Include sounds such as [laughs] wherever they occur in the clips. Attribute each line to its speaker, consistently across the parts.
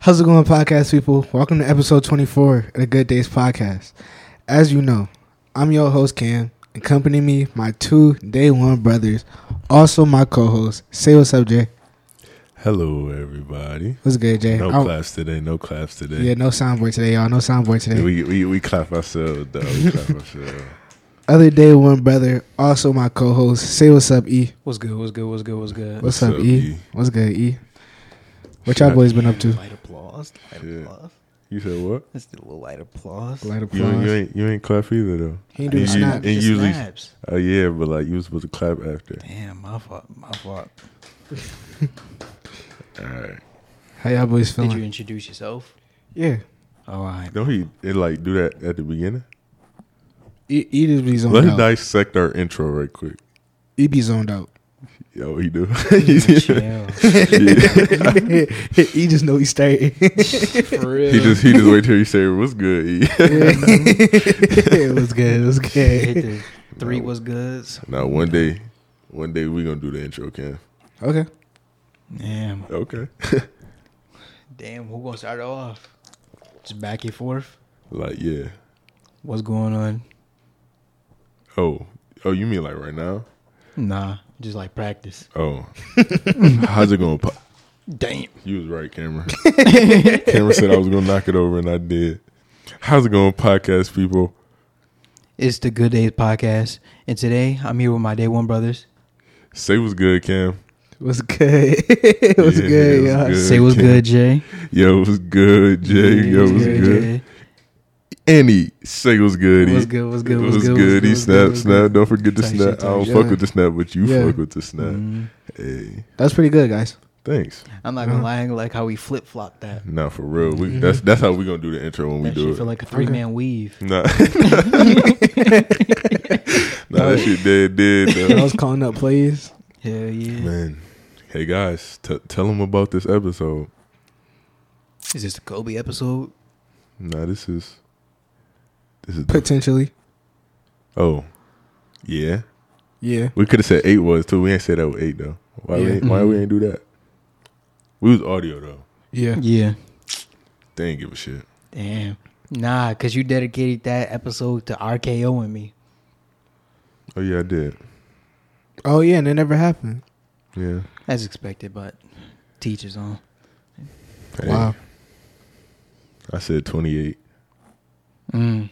Speaker 1: How's it going, podcast people? Welcome to episode 24 of the Good Days Podcast. As you know, I'm your host, Cam. Accompany me, my two day one brothers, also my co host. Say what's up, Jay.
Speaker 2: Hello, everybody.
Speaker 1: What's good, Jay?
Speaker 2: No
Speaker 1: Oh,
Speaker 2: claps today. No claps today.
Speaker 1: yeah, no soundboard today, y'all. No soundboard today.
Speaker 2: We, we we clap ourselves though. We
Speaker 1: [laughs]
Speaker 2: clap ourselves.
Speaker 1: Other day one brother, also my co host. Say what's up, E.
Speaker 3: What's good? What's good? What's good? What's good?
Speaker 1: What's, up, e? What's good, E? What y'all
Speaker 2: Shit.
Speaker 1: boys been up to?
Speaker 3: Light applause. Light
Speaker 2: Yeah.
Speaker 3: applause.
Speaker 2: You said what?
Speaker 3: Let's do a little light applause.
Speaker 1: Light
Speaker 2: You, ain't- you
Speaker 1: applause.
Speaker 2: ain't you ain't clap either though.
Speaker 1: He ain't do the
Speaker 2: You- you-
Speaker 1: snap.
Speaker 2: and usually-
Speaker 3: snaps.
Speaker 2: Oh yeah, but like you was supposed to clap after.
Speaker 3: Damn, my fault. My fault.
Speaker 2: All right.
Speaker 1: How y'all boys
Speaker 3: Did you
Speaker 1: feeling?
Speaker 3: introduce yourself?
Speaker 1: Yeah.
Speaker 2: [laughs]
Speaker 3: All right.
Speaker 2: Don't he it, like do that at the beginning?
Speaker 1: E, e just be zoned
Speaker 2: Let's
Speaker 1: out.
Speaker 2: dissect our intro right quick.
Speaker 1: E be zoned out.
Speaker 2: Yo,
Speaker 1: [laughs]
Speaker 2: he do. [laughs]
Speaker 3: Chill.
Speaker 1: he just know he
Speaker 2: [laughs]
Speaker 1: started.
Speaker 3: For real.
Speaker 2: He just he just wait till you say what's good. [laughs] E?"
Speaker 1: [laughs] it was good. It was
Speaker 3: Hit
Speaker 1: good.
Speaker 3: the three was good.
Speaker 2: now one day, one day we gonna do the intro, Cam.
Speaker 1: Okay.
Speaker 3: Damn.
Speaker 2: Okay.
Speaker 3: Damn, who gonna start it off? Just back and forth.
Speaker 2: [laughs] like yeah.
Speaker 3: What's going on?
Speaker 2: Oh oh, you mean like right now?
Speaker 3: Nah. Just like practice. [laughs]
Speaker 2: Oh, how's it going? Pop?
Speaker 3: Damn.
Speaker 2: You was right,
Speaker 3: [laughs]
Speaker 2: Cameron. Cameron said I was gonna knock it over, and I did. How's it going, podcast people?
Speaker 3: It's the Good Days Podcast. And today I'm here with my day one brothers.
Speaker 2: Say what's good, Cam.
Speaker 1: It was good. [laughs] it was
Speaker 2: Yeah,
Speaker 1: good,
Speaker 2: it was
Speaker 1: y'all.
Speaker 2: good.
Speaker 3: Say what's good, Jay.
Speaker 2: Yo, what's good, Jay? Yo, what's
Speaker 1: good,
Speaker 2: good? Any say what's good? E.
Speaker 3: What's good? What's good?
Speaker 2: What's
Speaker 3: What's
Speaker 2: good?
Speaker 3: good?
Speaker 2: He
Speaker 3: What's good?
Speaker 2: snap,
Speaker 3: What's
Speaker 2: snap. Don't forget to
Speaker 3: Tight
Speaker 2: snap.
Speaker 3: shit,
Speaker 2: I don't
Speaker 1: tight
Speaker 2: fuck
Speaker 1: shit.
Speaker 2: with the snap, but you
Speaker 1: Yeah.
Speaker 2: fuck with the snap.
Speaker 3: Mm.
Speaker 2: Hey,
Speaker 1: That's pretty good,
Speaker 2: [laughs]
Speaker 1: guys.
Speaker 2: thanks.
Speaker 3: I'm not gonna lie, I ain't like how we flip flop that.
Speaker 2: Nah, for real. We that's that's how we gonna do the intro when we
Speaker 3: that
Speaker 2: do
Speaker 3: shit
Speaker 2: it.
Speaker 3: feel like a three man weave.
Speaker 2: [laughs]
Speaker 3: [laughs]
Speaker 2: nah. nah, that shit dead, dead. though.
Speaker 1: I was calling up plays.
Speaker 3: Hell yeah!
Speaker 2: [laughs] Man, hey guys, t- tell them about this episode.
Speaker 3: Is this the Kobe episode?
Speaker 2: Nah, this is this is the,
Speaker 1: Potentially.
Speaker 2: oh yeah.
Speaker 1: Yeah.
Speaker 2: We could have said eight was too. We ain't said that with eight though. Why we
Speaker 1: Yeah.
Speaker 2: ain't, why we ain't do that? We was audio though.
Speaker 1: Yeah.
Speaker 3: Yeah.
Speaker 2: They ain't give a shit.
Speaker 3: Damn. Nah, cause you dedicated that episode to RKO and me.
Speaker 2: Oh yeah, I did.
Speaker 1: Oh yeah, and it never happened.
Speaker 2: Yeah.
Speaker 3: As expected, but teachers on.
Speaker 2: Hey,
Speaker 1: Wow.
Speaker 2: I said twenty eight.
Speaker 3: Mm.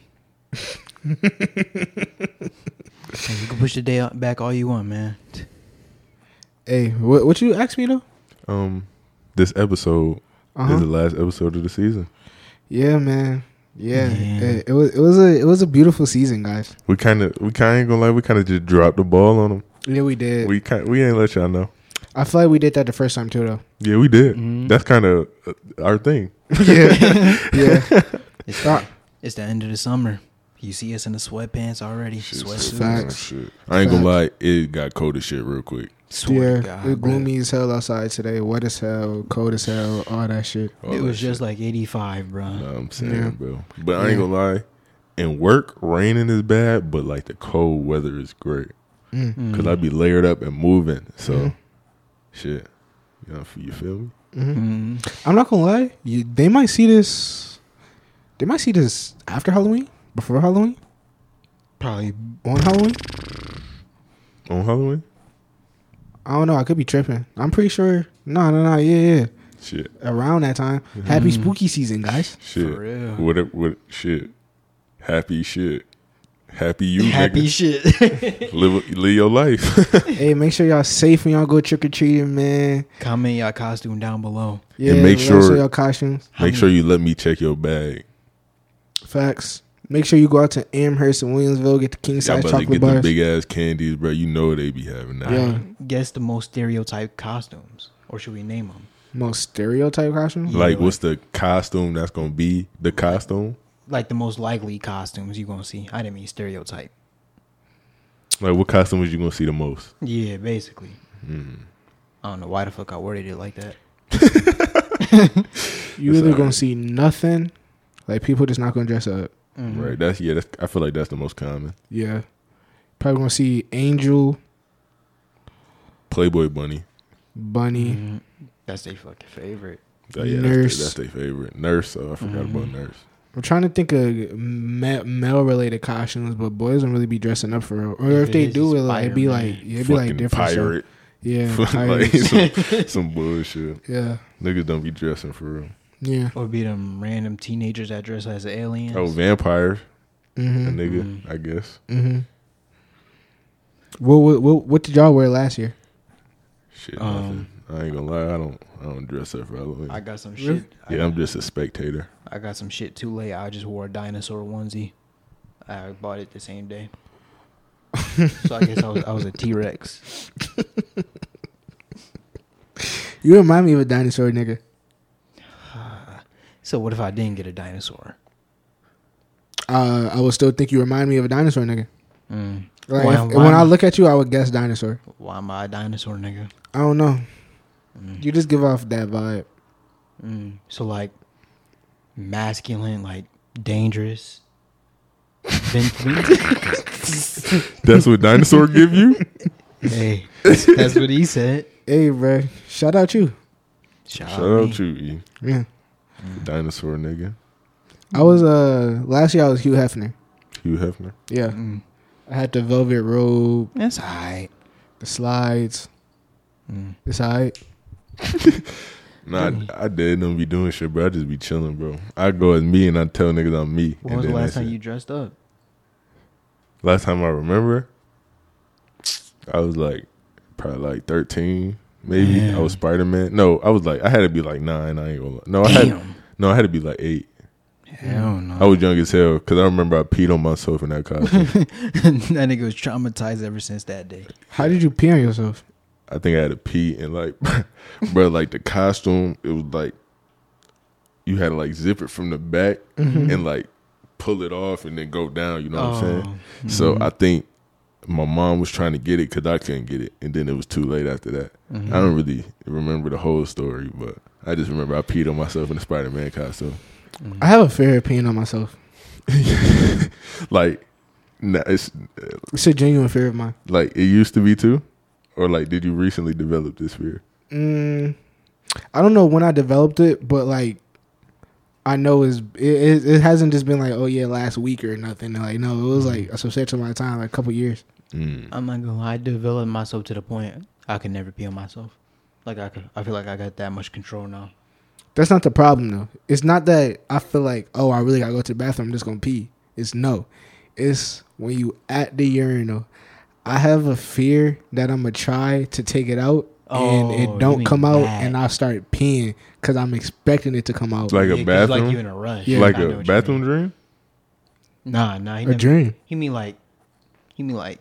Speaker 3: Hey, you can push the day out- back all you want, man.
Speaker 1: Hey, what what you asked me though?
Speaker 2: Um, this episode
Speaker 1: Uh-huh.
Speaker 2: is the last episode of the season.
Speaker 1: Yeah, man. Yeah.
Speaker 3: Yeah.
Speaker 1: It, it was it was a it was a beautiful season, guys.
Speaker 2: We kind of we kind of gonna lie. We kind of just dropped the ball on them.
Speaker 1: Yeah, we did.
Speaker 2: We kind we ain't let y'all know.
Speaker 1: I feel like we did that the first time too though.
Speaker 2: Yeah, we did.
Speaker 3: Mhm.
Speaker 2: That's kind of uh, our thing.
Speaker 1: [laughs] Yeah. yeah.
Speaker 3: It's,
Speaker 1: Stop.
Speaker 3: it's the end of the summer. You see us in the sweatpants already. Sweatsuits.
Speaker 1: Facts.
Speaker 2: I ain't gonna
Speaker 1: Facts.
Speaker 2: lie, it got cold as shit real quick.
Speaker 1: Yeah.
Speaker 3: Swear to God,
Speaker 1: it was
Speaker 3: bro.
Speaker 1: gloomy as hell outside today. Wet as hell, cold as hell, all that shit.
Speaker 2: All
Speaker 3: it
Speaker 2: that
Speaker 3: was just
Speaker 2: shit.
Speaker 3: like 85, bro.
Speaker 2: Know what I'm saying,
Speaker 1: Yeah.
Speaker 2: bro. But I ain't
Speaker 1: Yeah.
Speaker 2: gonna lie, in work, raining is bad, but like the cold weather is great
Speaker 1: Mm.
Speaker 2: because I'd be
Speaker 3: Mm-hmm.
Speaker 2: layered up and moving. So,
Speaker 1: Mhm.
Speaker 2: shit, you know, you feel me?
Speaker 1: hmm
Speaker 3: Mm.
Speaker 1: I'm not gonna lie. You, they might see this. They might see this after Halloween, before Halloween,
Speaker 3: Probably.
Speaker 1: on Halloween.
Speaker 2: On Halloween,
Speaker 1: I don't know. I could be tripping. I'm pretty sure. No, no, no. Yeah, yeah.
Speaker 2: shit,
Speaker 1: Around that time. Happy
Speaker 3: Mhm.
Speaker 1: spooky season, guys.
Speaker 2: shit,
Speaker 3: real.
Speaker 2: what, it- what, shit, happy shit, happy you,
Speaker 3: Happy
Speaker 2: nigga.
Speaker 3: shit. [laughs]
Speaker 2: live, live your life. [laughs]
Speaker 1: hey, make sure y'all safe when y'all go trick or treating, man.
Speaker 3: Comment y'all costume down below.
Speaker 1: Yeah,
Speaker 2: make
Speaker 1: make sure
Speaker 2: sure-
Speaker 1: y'all costumes.
Speaker 3: How
Speaker 2: Make
Speaker 3: many-
Speaker 2: sure you let me check your bag.
Speaker 1: Facts. Make sure you go out to Amherst and Williamsville get the king
Speaker 2: Y'all
Speaker 1: size
Speaker 2: about to
Speaker 1: chocolate
Speaker 2: get the
Speaker 1: bars.
Speaker 2: big ass candies, bro. You know they be having that.
Speaker 1: Yeah.
Speaker 3: Guess the most stereotyped costumes, or should we name them?
Speaker 1: Most stereotype costumes.
Speaker 2: Like,
Speaker 3: Yeah.
Speaker 2: what's the costume that's gonna be the costume?
Speaker 3: Like the most likely costumes you gonna see. I didn't mean stereotype.
Speaker 2: Like, what costume was you gonna see the most?
Speaker 3: Yeah, basically.
Speaker 2: Hmm.
Speaker 3: I don't know why the fuck I worded it like that.
Speaker 1: You
Speaker 2: It's
Speaker 1: either gonna
Speaker 2: alright.
Speaker 1: see nothing, like people just not gonna dress up.
Speaker 3: Mhm.
Speaker 2: Right. That's yeah. That's, I feel like that's the most common.
Speaker 1: Yeah, probably gonna see Angel
Speaker 2: Playboy bunny.
Speaker 1: Bunny.
Speaker 3: Mm-hmm. Mhm. That's their fucking favorite.
Speaker 2: Oh, yeah,
Speaker 1: Nurse. Mm-hmm.
Speaker 2: That's their, that's their favorite. Nurse. Oh, I forgot about nurse.
Speaker 1: I'm trying to think of male related costumes, but boys don't really be dressing up for real. Or
Speaker 3: If
Speaker 1: if
Speaker 3: it
Speaker 1: they
Speaker 3: is,
Speaker 1: do,
Speaker 3: it's
Speaker 1: it like it'd be
Speaker 3: Spider-Man.
Speaker 1: like yeah, it'd be like
Speaker 2: Fucking
Speaker 1: different. stuff.
Speaker 2: pirate.
Speaker 1: Yeah,
Speaker 2: [laughs] like
Speaker 1: pirates.
Speaker 2: some, [laughs] some bullshit.
Speaker 1: yeah,
Speaker 2: Niggas don't be dressing for real.
Speaker 1: yeah.
Speaker 3: Or be them random teenagers that dress as aliens.
Speaker 2: Oh, vampires. A
Speaker 1: Mm-hmm.
Speaker 2: nigga,
Speaker 3: Mhm.
Speaker 2: I guess.
Speaker 1: Mm-hmm. What, what what what did y'all wear last year?
Speaker 2: Shit,
Speaker 3: Um,
Speaker 2: nothing. I ain't gonna lie. I don't. I don't dress up for Halloween.
Speaker 3: I got some
Speaker 1: Really?
Speaker 3: shit. I,
Speaker 2: yeah, I'm just a spectator.
Speaker 3: [laughs] I got some shit too late. I just wore a dinosaur onesie. I bought it the
Speaker 1: [laughs]
Speaker 3: same day. so I guess I was I was a T Rex.
Speaker 1: You remind me of a dinosaur nigga.
Speaker 3: So what if I didn't get a dinosaur?
Speaker 1: Uh, I would still think you remind me of a dinosaur nigga.
Speaker 3: Mm.
Speaker 1: Like
Speaker 3: Why-
Speaker 1: if-
Speaker 3: why
Speaker 1: when I
Speaker 3: not?
Speaker 1: look at you, I would guess dinosaur.
Speaker 3: Why am I a dinosaur, nigga?
Speaker 1: I don't know.
Speaker 3: Mm.
Speaker 1: You just give off that vibe.
Speaker 3: Mm. So like, masculine, like dangerous. Been through.
Speaker 1: [laughs]
Speaker 2: That's what dinosaur give you.
Speaker 3: hey, that's what he said.
Speaker 1: Hey, bruh. shout out you.
Speaker 2: [laughs]
Speaker 3: Shout,
Speaker 2: Shout
Speaker 3: out me. Mm.
Speaker 2: out to you,
Speaker 1: Yeah,
Speaker 2: dinosaur nigga.
Speaker 1: I was uh last year I was Hugh Hefner.
Speaker 2: Hugh Hefner.
Speaker 1: Yeah,
Speaker 3: Mm.
Speaker 1: I had the velvet robe,
Speaker 3: That's alright.
Speaker 1: the slides.
Speaker 3: Mm.
Speaker 1: It's alright.
Speaker 2: Nah, I, I did don't be doing shit, bro. I just be chilling, bro. I go as me and I tell niggas I'm me.
Speaker 3: When
Speaker 2: and
Speaker 3: was the
Speaker 2: then
Speaker 3: last
Speaker 2: that's
Speaker 3: time
Speaker 2: it.
Speaker 3: you dressed up?
Speaker 2: Last time I remember, I was like probably like thirteen, maybe. I was Spider Man. No, I was like I had to be like nine. I ain't gonna. Lie. No, I had
Speaker 3: Damn.
Speaker 2: no, I had to be like eight.
Speaker 3: Hell no.
Speaker 2: I was young as hell because I remember I peed on myself in that costume.
Speaker 3: [laughs] that nigga was traumatized ever since that day.
Speaker 1: How did you pee on yourself?
Speaker 2: I think I had to pee and like, [laughs] bro, like the costume, it was like you had to like zip it from the back
Speaker 3: Mm-hmm.
Speaker 2: and like pull it off and then go down. You know
Speaker 3: Oh.
Speaker 2: what I'm
Speaker 3: Mm-hmm.
Speaker 2: saying? So I think my mom was trying to get it because I couldn't get it, and then it was too late after that.
Speaker 3: Mm-hmm.
Speaker 2: I don't really remember the whole story, but I just remember I peed on myself in the Spider Man costume. [laughs]
Speaker 3: Mm-hmm.
Speaker 1: I have a fear of peeing on myself.
Speaker 2: Like, nah, it's uh,
Speaker 1: It's a genuine fear of mine.
Speaker 2: like it used to be too, or like did you recently develop this fear?
Speaker 1: Mm, I don't know when I developed it, but like I know is it, it, it hasn't just been like oh yeah last week or nothing. Like no, it was like a substantial amount of time, like a couple years.
Speaker 2: Mm.
Speaker 3: I'm not gonna lie, I developed myself to the point I could never pee on myself. Like I could, I feel like I got that much control now.
Speaker 1: That's not the problem though. It's not that I feel like oh I really gotta go to the bathroom. I'm just gonna pee. It's no. It's when you at the urinal. I have a fear that I'm gonna try to take it out and
Speaker 3: Oh,
Speaker 1: it
Speaker 3: you
Speaker 1: don't
Speaker 3: mean
Speaker 1: come out,
Speaker 3: that.
Speaker 1: and I start peeing because I'm expecting it to come out.
Speaker 2: Like a
Speaker 3: 'cause,
Speaker 2: bathroom?
Speaker 3: like you in a rush.
Speaker 1: Yeah.
Speaker 2: like
Speaker 3: I know what
Speaker 2: a
Speaker 3: you
Speaker 2: bathroom
Speaker 3: mean.
Speaker 2: dream?
Speaker 3: Nah, nah. He
Speaker 1: a
Speaker 3: never,
Speaker 1: dream.
Speaker 3: He mean like, he mean like,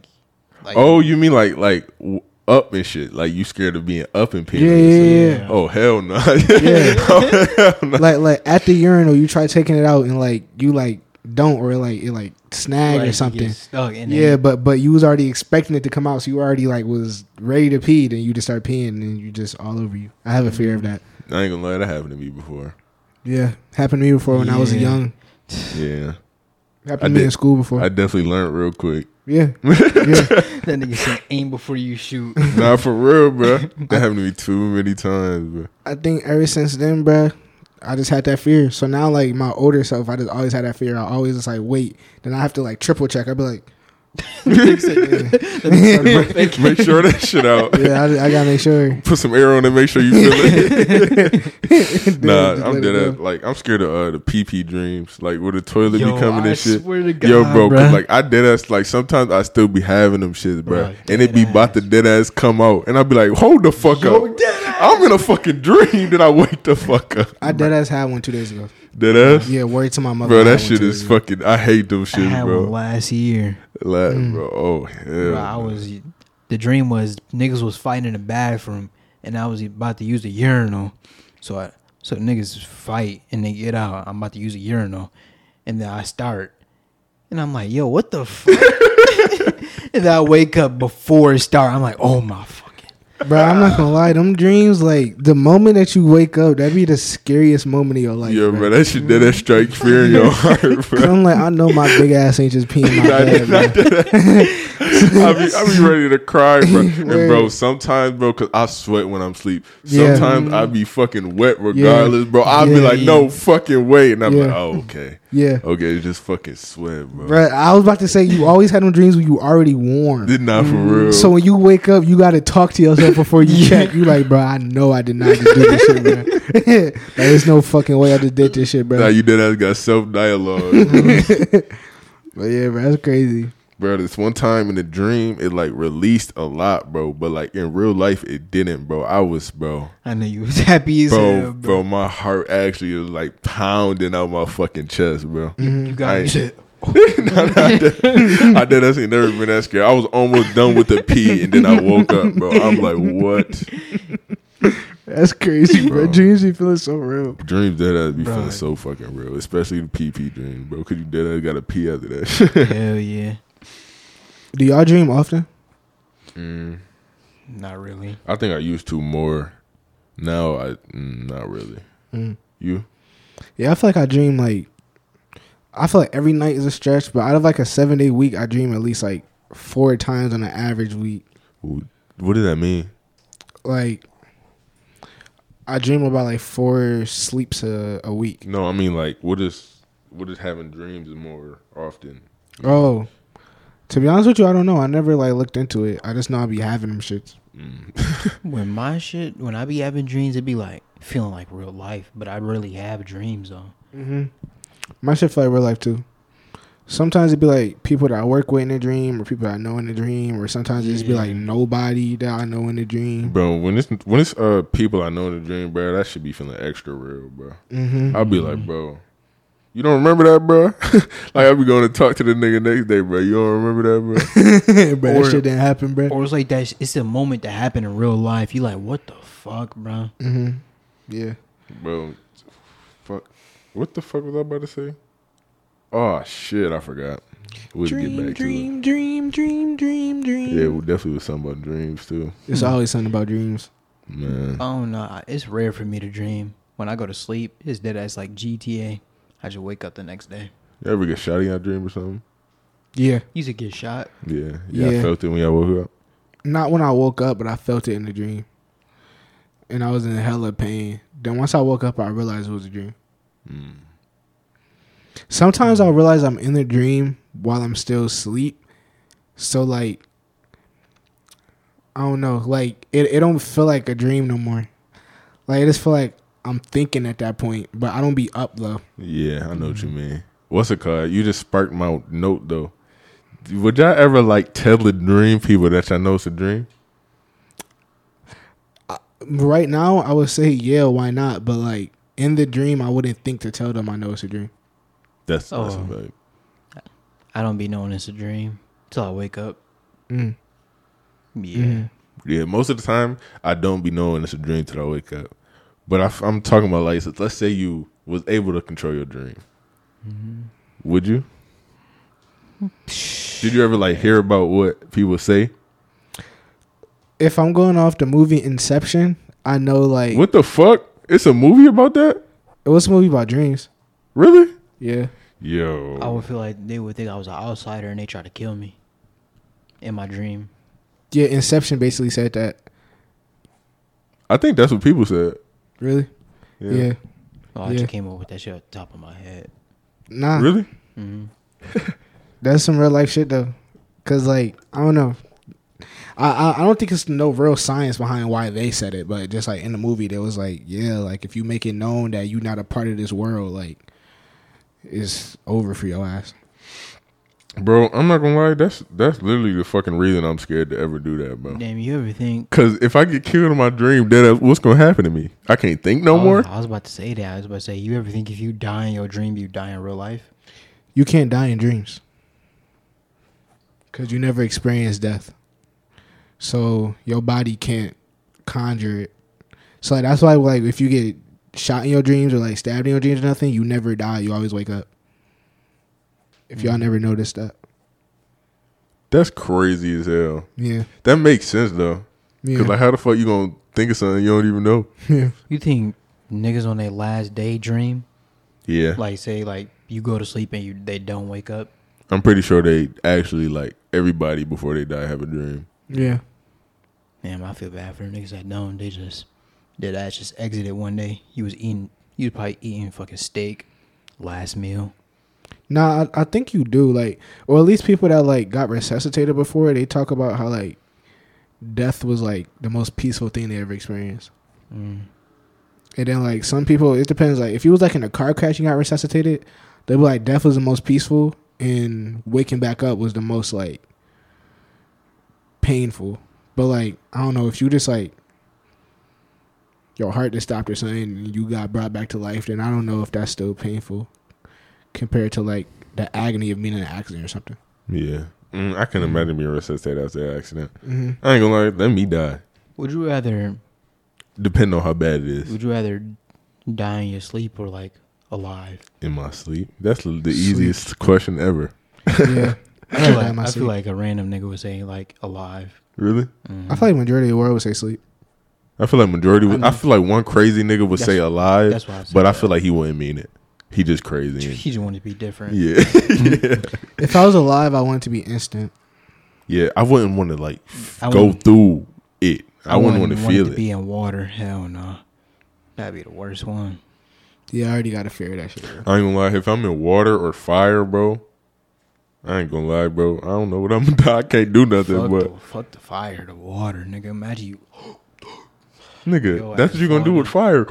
Speaker 3: like
Speaker 2: Oh, you mean like like w- up and shit? Like you scared of being up and pissed?
Speaker 1: Yeah, yeah, yeah.
Speaker 3: Yeah.
Speaker 2: Oh hell no! [laughs] Oh,
Speaker 1: like like at the urinal, you try taking it out, and like you like don't or like it like snag
Speaker 3: like,
Speaker 1: or
Speaker 3: you
Speaker 1: something.
Speaker 3: get stuck and then-
Speaker 1: Yeah, but but you was already expecting it to come out, so you already like was ready to pee, then you just start peeing, and then you just all over you. I have a fear of
Speaker 3: Mm-hmm.
Speaker 1: that.
Speaker 2: I ain't gonna lie, that happened to me before.
Speaker 1: Yeah, happened to me before when I was
Speaker 3: Yeah.
Speaker 1: young.
Speaker 2: Yeah,
Speaker 1: Happened
Speaker 2: I
Speaker 1: to me in
Speaker 2: did.
Speaker 1: school before.
Speaker 2: I definitely learned real quick. [laughs]
Speaker 1: yeah, yeah.
Speaker 3: that nigga said aim before you [laughs] shoot.
Speaker 2: Nah, for real, bro. That happened to me too many times, bro.
Speaker 1: I think ever since then, bruh, I just had that fear. So now, like my older self, I just always had that fear. I always just like wait, then I have to like triple check. I'd be like,
Speaker 2: [laughs]
Speaker 3: [laughs]
Speaker 2: Make sure that shit out.
Speaker 1: yeah, I, I gotta make
Speaker 2: [laughs]
Speaker 1: sure.
Speaker 2: Put some air on it. Make sure you feel it.
Speaker 1: [laughs]
Speaker 2: nah,
Speaker 1: Just
Speaker 2: I'm
Speaker 1: let it
Speaker 2: dead.
Speaker 1: go.
Speaker 2: At, like I'm scared of uh, the PP dreams. Like with the toilet
Speaker 3: Yo,
Speaker 2: be coming
Speaker 3: I
Speaker 2: and shit.
Speaker 3: swear to
Speaker 2: Yo,
Speaker 3: God,
Speaker 2: bro, 'cause,
Speaker 3: bruh.
Speaker 2: like I dead ass. Like sometimes I still be having them shits, bro,
Speaker 3: Bruh,
Speaker 2: and it be
Speaker 3: dead
Speaker 2: about to dead ass come out, and I be like, hold the fuck
Speaker 3: Yo,
Speaker 2: up.
Speaker 3: dead ass.
Speaker 2: I'm in a fucking dream. Then I wake the fuck up.
Speaker 1: I dead ass had one two days ago.
Speaker 2: Dead ass,
Speaker 1: Yeah, word to my mother. I
Speaker 2: bro.
Speaker 1: had
Speaker 2: That
Speaker 1: one
Speaker 2: shit
Speaker 1: two
Speaker 2: is
Speaker 1: days ago.
Speaker 2: fucking. I hate them
Speaker 3: I
Speaker 2: shits,
Speaker 3: had one
Speaker 2: bro. Like,
Speaker 3: last year.
Speaker 1: Mm.
Speaker 2: bro. Oh hell,
Speaker 3: Bro, I was the dream was niggas was fighting in the bathroom and I was about to use a urinal. So I so niggas fight and they get out. I'm about to use a urinal. And then I start. And I'm like, yo, [laughs] what the fuck? and then I wake up before it start. I'm like, oh my fucking
Speaker 1: Bro, I'm not gonna lie. Them dreams, like the moment that you wake up, that'd be the scariest moment of your life.
Speaker 2: yeah,
Speaker 1: bro.
Speaker 2: bro, that shit that, that
Speaker 3: mm.
Speaker 2: strike fear in
Speaker 1: [laughs]
Speaker 2: your [laughs] heart, bro.
Speaker 1: 'Cause I'm like, I know my big ass ain't just peeing my
Speaker 2: [laughs] Not-
Speaker 1: bed. bro.
Speaker 2: not that- I be, I be ready to
Speaker 1: [laughs]
Speaker 2: cry, bro. And
Speaker 1: Word.
Speaker 2: bro, sometimes, bro, cause I sweat when I'm asleep.
Speaker 1: Yeah. Mm-hmm.
Speaker 2: Sometimes I be fucking wet regardless, bro. I will be
Speaker 1: Yeah.
Speaker 2: like, no fucking way, and I'm like,
Speaker 1: Yeah.
Speaker 2: oh okay,
Speaker 1: Yeah,
Speaker 2: okay, it's just fucking sweat, bro.
Speaker 1: bro. I was about to say you always had them dreams where you already warm.
Speaker 2: Did not for real.
Speaker 1: Mm-hmm. So when you wake up, you gotta talk to yourself before you check. You like, bro, I know I did not just do this shit, bro. [laughs] like, there's no fucking way I just did this shit,
Speaker 2: now
Speaker 1: bro.
Speaker 2: you did. I got
Speaker 1: [laughs]
Speaker 2: self dialogue,
Speaker 1: Mm-hmm.
Speaker 2: bro.
Speaker 1: But yeah, bro, that's crazy.
Speaker 2: bro. This one time in the dream, it like released a lot, bro. But like in real life, it didn't, bro. I was, bro.
Speaker 3: I knew you was happy as
Speaker 2: bro, bro,
Speaker 3: hell, bro.
Speaker 2: my heart actually is like pounding out my fucking chest, bro.
Speaker 3: You got
Speaker 2: I-
Speaker 3: it. shit.
Speaker 2: I did. That's never been that scared. I was almost done with the pee, and then I woke up, bro. I'm like, what?
Speaker 1: That's crazy, bro.
Speaker 2: Bro.
Speaker 1: Dreams be feeling so real.
Speaker 2: Dreams that ass be feeling
Speaker 3: Right.
Speaker 2: so fucking real, especially the pee pee dream, bro. Cause you dead ass got to pee after that. shit.
Speaker 3: [laughs] Hell yeah.
Speaker 1: Do y'all dream often?
Speaker 2: mm,
Speaker 3: Not really.
Speaker 2: I think I used to more. Now I mm, not really.
Speaker 1: Mm.
Speaker 2: You
Speaker 1: Yeah, I feel like I dream like I feel like every night is a stretch, but out of like a seven day week, I dream at least like four times on an average week.
Speaker 2: Ooh, what does that mean?
Speaker 1: Like I dream about like four sleeps a, a week.
Speaker 2: No, I mean like what is what is having dreams more often?
Speaker 1: Oh, to be honest with you, I don't know. I never like looked into it. I just know I be having them shits.
Speaker 2: Mm. [laughs]
Speaker 3: When my shit, when I be having dreams, it be like feeling like real life, but I really have dreams though.
Speaker 1: Mm-hmm. My shit feel like real life too. Sometimes it'd be like people that I work with in a dream, or people that I know in a dream, or sometimes it just be
Speaker 3: Yeah.
Speaker 1: like nobody that I know in a dream.
Speaker 2: bro, when it's when it's uh people I know in the dream, bro, that should be feeling extra real, bro.
Speaker 1: Mm-hmm.
Speaker 2: I'll be like, bro, you don't remember that, bro? [laughs] like, I'll be going to talk to the nigga next day, bro. You don't remember that, bro?
Speaker 1: bro, [laughs]
Speaker 3: Or-
Speaker 1: that shit didn't happen, bro.
Speaker 3: Or it's like that. It's a moment that happened in real life. You like, what the fuck, bro?
Speaker 1: Mm-hmm. Yeah.
Speaker 2: bro, fuck. What the fuck was I about to say? Oh, shit, I forgot. We'll get back
Speaker 1: dream, dream, dream, dream,
Speaker 2: to
Speaker 1: dream.
Speaker 2: it. Yeah, we definitely was something about dreams, too.
Speaker 1: It's always something about dreams.
Speaker 2: Man.
Speaker 3: Oh no, it's rare for me to dream. When I go to sleep, it's dead ass like GTA. I just wake up the next day.
Speaker 2: You ever get shot in your dream or something?
Speaker 1: Yeah.
Speaker 3: You should get shot.
Speaker 2: Yeah. Yeah, I
Speaker 1: Yeah.
Speaker 2: felt it when y'all woke up.
Speaker 1: Not when I woke up, but I felt it in the dream. And I was in hella pain. Then once I woke up, I realized it was a dream.
Speaker 2: Mm.
Speaker 1: Sometimes I'll realize I'm in the dream while I'm still asleep. So like I don't know, like it, it don't feel like a dream no more. Like I just feel like I'm thinking at that point, but I don't be up though.
Speaker 2: Yeah, I know what you mean. What's it called? You just sparked my note, though. Would y'all ever, like, tell the dream people that y'all know it's a dream?
Speaker 1: Right now I would say yeah, why not? But like in the dream I wouldn't think to tell them I know it's a dream.
Speaker 2: That's, that's
Speaker 3: Oh.
Speaker 2: about it.
Speaker 3: I don't be knowing it's a dream till I wake up.
Speaker 1: Mm.
Speaker 3: Yeah.
Speaker 1: Mhm.
Speaker 2: Yeah, most of the time I don't be knowing it's a dream till I wake up. But I, am talking about like, so let's say you was able to control your dream.
Speaker 3: Mm-hmm.
Speaker 2: Would you? Did you ever like hear about what people say?
Speaker 1: If I'm going off the movie Inception, I know like
Speaker 2: What the fuck? It's a movie about that?
Speaker 1: it was a movie about dreams.
Speaker 2: Really?
Speaker 1: Yeah.
Speaker 2: Yo,
Speaker 3: I would feel like they would think I was an outsider and they try to kill me in my dream.
Speaker 1: Yeah, Inception basically said that.
Speaker 2: I think that's what people said.
Speaker 1: Really? Yeah.
Speaker 3: Oh, I
Speaker 1: Yeah.
Speaker 3: just came up with that shit at the top of my head.
Speaker 1: Nah.
Speaker 2: Really?
Speaker 3: hmm
Speaker 1: That's some real life shit though, cause like I don't know, I, I I don't think it's no real science behind why they said it, but just like in the movie, there was like yeah, like if you make it known that you're not a part of this world, like it's over for your ass.
Speaker 2: Bro, I'm not gonna lie, that's that's literally the fucking reason I'm scared to ever do that, bro.
Speaker 3: Damn, you ever think?
Speaker 2: Cause if I get killed in my dream, then uh, what's gonna happen to me? I can't think no
Speaker 3: Oh,
Speaker 2: more.
Speaker 3: I was about to say that. I was about to say, you ever think if you die in your dream, you die in real life?
Speaker 1: You can't die in dreams, cause you never experience death, so your body can't conjure it. So like, that's why like if you get shot in your dreams or like stabbed in your dreams or nothing, you never die. You always wake up. If y'all never noticed that.
Speaker 2: That's crazy as hell.
Speaker 1: Yeah.
Speaker 2: That makes sense though. Cause like, how the fuck you gonna think of something you don't even know?
Speaker 1: yeah.
Speaker 3: You think niggas on their last day dream?
Speaker 2: Yeah,
Speaker 3: Like say like you go to sleep and you they don't wake up.
Speaker 2: I'm pretty sure they actually like everybody before they die have a dream.
Speaker 1: Yeah.
Speaker 3: Damn, I feel bad for the niggas that don't. They just their ass just exited one day. You was eating you was probably eating fucking steak last meal.
Speaker 1: Nah, I, I think you do. Like, or at least people that like got resuscitated before, they talk about how like death was like the most peaceful thing they ever experienced.
Speaker 3: Mm.
Speaker 1: And then like some people, it depends. Like, if you was like in a car crash and got resuscitated, they were like death was the most peaceful, and waking back up was the most like painful. But like, I don't know if you just like your heart just stopped or something, and you got brought back to life. Then I don't know if that's still painful compared to like the agony of being in an accident or something.
Speaker 2: Yeah, mm, I can imagine being resuscitated after that accident.
Speaker 1: Mm-hmm.
Speaker 2: I ain't gonna lie, let me die.
Speaker 3: Would you rather
Speaker 2: Depending on how bad it is
Speaker 3: would you rather die in your sleep or like alive?
Speaker 2: in my sleep. That's the easiest question ever.
Speaker 1: [laughs] yeah.
Speaker 3: [laughs] I feel,
Speaker 1: die in
Speaker 3: like,
Speaker 1: my
Speaker 3: I feel
Speaker 1: sleep.
Speaker 3: like a random nigga would say like alive.
Speaker 2: Really,
Speaker 3: Mhm.
Speaker 1: I feel like majority of the world would say sleep.
Speaker 2: I feel like majority. Would,
Speaker 3: I
Speaker 2: I,
Speaker 3: mean-
Speaker 2: feel like one crazy nigga would say
Speaker 3: That's-
Speaker 2: alive,
Speaker 3: that's why I said
Speaker 2: but I
Speaker 3: that.
Speaker 2: feel like he wouldn't mean it. He just crazy. and-
Speaker 3: he just wanted to be different.
Speaker 2: Yeah, [laughs] yeah,
Speaker 1: If I was alive, I want it to be instant.
Speaker 2: yeah. I wouldn't want to like
Speaker 3: I
Speaker 2: go
Speaker 3: wouldn't-
Speaker 2: through it. I, wouldn't want
Speaker 3: wouldn't
Speaker 2: to feel
Speaker 3: it
Speaker 2: it.
Speaker 3: to be in water. Hell no. That'd be the worst one.
Speaker 1: Yeah, I already got a fear of that shit. bro.
Speaker 2: I ain't gonna lie. If I'm in water or fire, bro, I ain't gonna lie, bro. I don't know what I'm [laughs] gonna do. I can't do nothing,
Speaker 3: Fuck
Speaker 2: but
Speaker 3: the, fuck the fire, the water, nigga. Imagine you.
Speaker 2: nigga,
Speaker 3: Yo,
Speaker 2: that's what
Speaker 3: ass
Speaker 2: you gonna do
Speaker 3: water.
Speaker 2: with fire.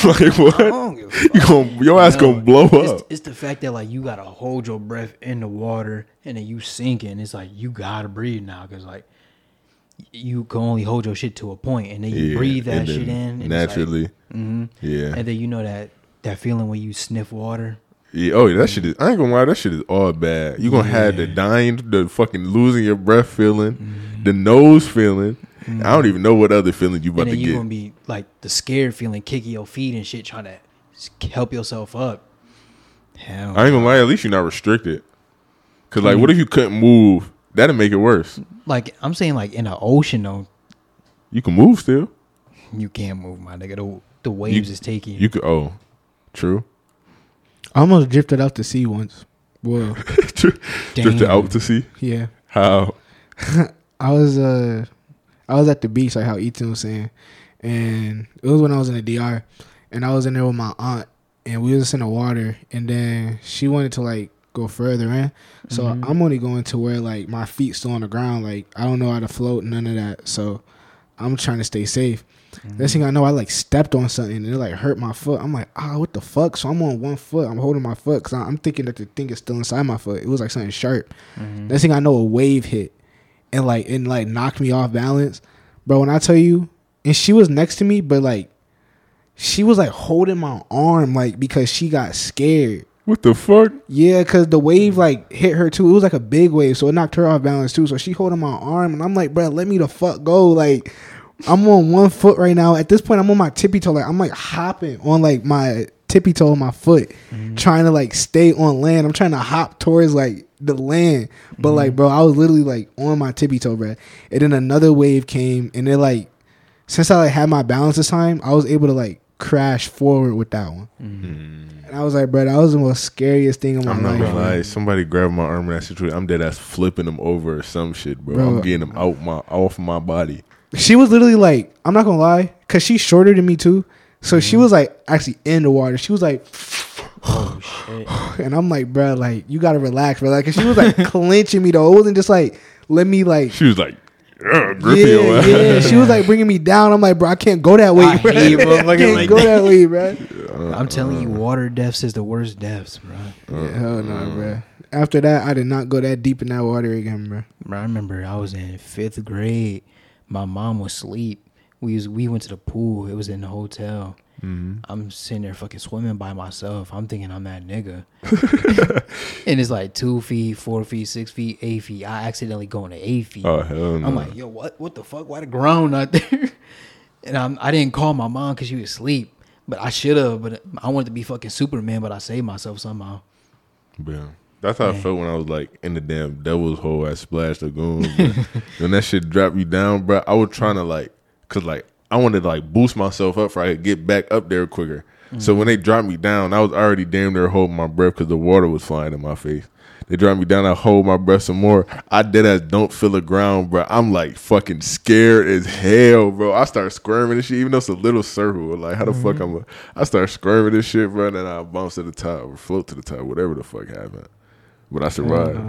Speaker 2: [laughs] like
Speaker 3: I
Speaker 2: what?
Speaker 3: don't give a
Speaker 2: You
Speaker 3: fuck.
Speaker 2: gonna your [laughs] ass
Speaker 3: No,
Speaker 2: gonna blow
Speaker 3: It's,
Speaker 2: up?
Speaker 3: it's the fact that like you gotta hold your breath in the water and then you sinking. It's like you gotta breathe now because like you can only hold your shit to a point, and then you
Speaker 2: Yeah,
Speaker 3: breathe that
Speaker 2: and then
Speaker 3: shit in and
Speaker 2: naturally.
Speaker 3: hmm
Speaker 2: yeah.
Speaker 3: And then you know that that feeling when you sniff water.
Speaker 2: yeah. Oh, that shit is. I ain't gonna lie. That shit is all bad. You gonna have the
Speaker 3: Yeah. Mm-hmm.
Speaker 2: dying, the fucking losing your breath feeling, the nose feeling. I don't even know what other feeling you about
Speaker 3: and
Speaker 2: to
Speaker 3: then
Speaker 2: get.
Speaker 3: you're gonna be like the scared feeling, kicking your feet and shit, trying to s- help yourself up. Hell,
Speaker 2: I ain't gonna lie. At least you're not restricted. Cause
Speaker 3: Mm-hmm.
Speaker 2: like, what if you couldn't move? That'd make it worse.
Speaker 3: like I'm saying, like in the ocean though,
Speaker 2: You can move still.
Speaker 3: you can't move, my nigga. The, the waves is taking you.
Speaker 2: You could. Oh, true. [laughs]
Speaker 1: I almost drifted out to sea once. Whoa.
Speaker 2: True. Drifted
Speaker 3: Damn.
Speaker 2: out to sea.
Speaker 1: [laughs] Yeah.
Speaker 2: How?
Speaker 1: I was uh I was at the beach like how Ethan was saying and it was when I was in the DR and I was in there with my aunt and we was just in the water and then she wanted to like go further in. So I'm only going to where like my feet still on the ground, like I don't know how to float, none of that. So I'm trying to stay safe. Next thing I know, I like stepped on something and it like hurt my foot. I'm like, ah, what the fuck? So I'm on one foot. I'm holding my foot because I'm thinking that the thing is still inside my foot. It was like something sharp. Next thing I know, a wave hit and like and like knocked me off balance, bro. When I tell you, and she was next to me, but like she was like holding my arm like because she got scared.
Speaker 2: What the fuck?
Speaker 1: Yeah, because the wave like hit her too. It was like a big wave, so it knocked her off balance too. So she holding my arm, and I'm like, bro, let me the fuck go. Like, I'm on one foot right now. At this point, I'm on my tippy toe. Like, I'm like hopping on like my tippy toe, on my foot, trying to like stay on land. I'm trying to hop towards like the land, but like, bro, I was literally like on my tippy toe, bro. And then another wave came, and it like, since I like had my balance this time, I was able to like crash forward with that one. And I was like, bro, that was the most scariest thing in my
Speaker 2: I'm
Speaker 1: life.
Speaker 2: not gonna
Speaker 1: bro.
Speaker 2: lie. Somebody grabbed my arm in that situation. I'm dead ass flipping them over or some shit, bro. I'm
Speaker 1: Bro.
Speaker 2: getting them out my off my body.
Speaker 1: She was literally like, I'm not gonna lie, cause she's shorter than me too. So she was like actually in the water. She was like, [laughs]
Speaker 3: Oh shit!
Speaker 1: and I'm like, bro, like you gotta relax, bro. Like, 'cause she was like clenching me though. It wasn't just like let me like.
Speaker 2: She was like, "Yeah, grip your
Speaker 1: Yeah,
Speaker 2: ass."
Speaker 3: [laughs]
Speaker 1: yeah. She was like bringing me down. I'm like, bro, I can't go that way,
Speaker 3: I
Speaker 1: bro.
Speaker 3: hate motherfuckers
Speaker 1: I can't
Speaker 3: like
Speaker 1: go
Speaker 3: that.
Speaker 1: that way, bro.
Speaker 3: I'm telling you, water deaths is the worst deaths, bro.
Speaker 1: Yeah, hell no, bro. After that, I did not go that deep in that water again, bro.
Speaker 3: Bro, I remember I was in fifth grade. My mom was asleep. We was, we went to the pool. It was in the hotel. I'm sitting there fucking swimming by myself. I'm thinking I'm that [laughs] nigga. and it's like two feet, four feet, six feet, eight feet. I accidentally go into eight feet.
Speaker 2: Oh hell no!
Speaker 3: I'm like, yo, what? What the fuck? Why the ground out there? [laughs] And I'm, I didn't call my mom because she was asleep. But I should have. But I wanted to be fucking Superman. But I saved myself somehow.
Speaker 2: Bam. That's how I
Speaker 3: Man.
Speaker 2: felt when I was like in the damn devil's hole at Splash Lagoon.
Speaker 3: [laughs]
Speaker 2: bruh. when that shit dropped me down, bro, I was trying to like, cause like I wanted to like boost myself up for I could get back up there quicker.
Speaker 3: Mm.
Speaker 2: So when they dropped me down, I was already damn near holding my breath because the water was flying in my face. They dropped me down. I hold my breath some more. I dead ass don't feel the ground, bro. I'm like fucking scared as hell, bro. I start squirming and shit, even though it's a little circle. Like how the fuck
Speaker 1: Mm-hmm.
Speaker 2: I'm? A, I start squirming and shit, bro. And then I bounce to the top or float to the top, whatever the fuck happened. But I survived.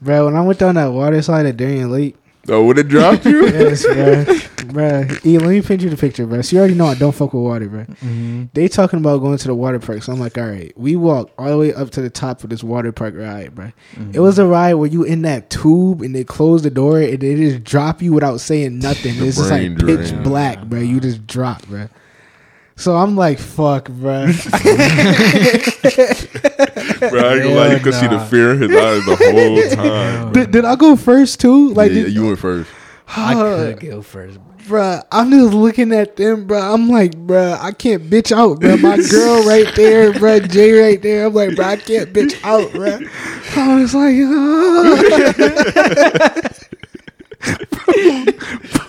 Speaker 1: Bro, Uh, when I went down that water slide at Darien Lake,
Speaker 2: Oh, when it
Speaker 1: [laughs]
Speaker 2: dropped you?
Speaker 1: yes, bro.
Speaker 2: [laughs]
Speaker 1: bro, E, let me paint you the picture, bro. So you already know I don't fuck with water, bro.
Speaker 2: Mm-hmm.
Speaker 1: They talking about going to the water park, so I'm like, all right. We walked all the way up to the top of this water park ride, bro.
Speaker 2: Mm-hmm.
Speaker 1: It was a ride where you in that tube and they close the door and they just drop you without saying nothing.
Speaker 2: The
Speaker 1: it's just
Speaker 2: brain
Speaker 1: like pitch
Speaker 2: drain. Uh-huh.
Speaker 1: black, bro. You just drop, bro. So I'm like, fuck, bro.
Speaker 2: [laughs] bro, I ain't gonna lie, you
Speaker 3: Hell
Speaker 2: could see the
Speaker 3: nah.
Speaker 2: fear in his eyes the whole
Speaker 1: [laughs]
Speaker 2: time.
Speaker 1: did, did I go first too? Like,
Speaker 2: Like, yeah,
Speaker 1: did-
Speaker 2: you
Speaker 1: [laughs]
Speaker 2: went first.
Speaker 3: I could go first.
Speaker 1: Bruh, I'm just looking at them, bruh. I'm like, bruh, I can't bitch out, bruh. My girl right there, bruh. Jay right there. I'm like, bruh, I can't bitch out, bruh. I was like, bro, bro, [laughs]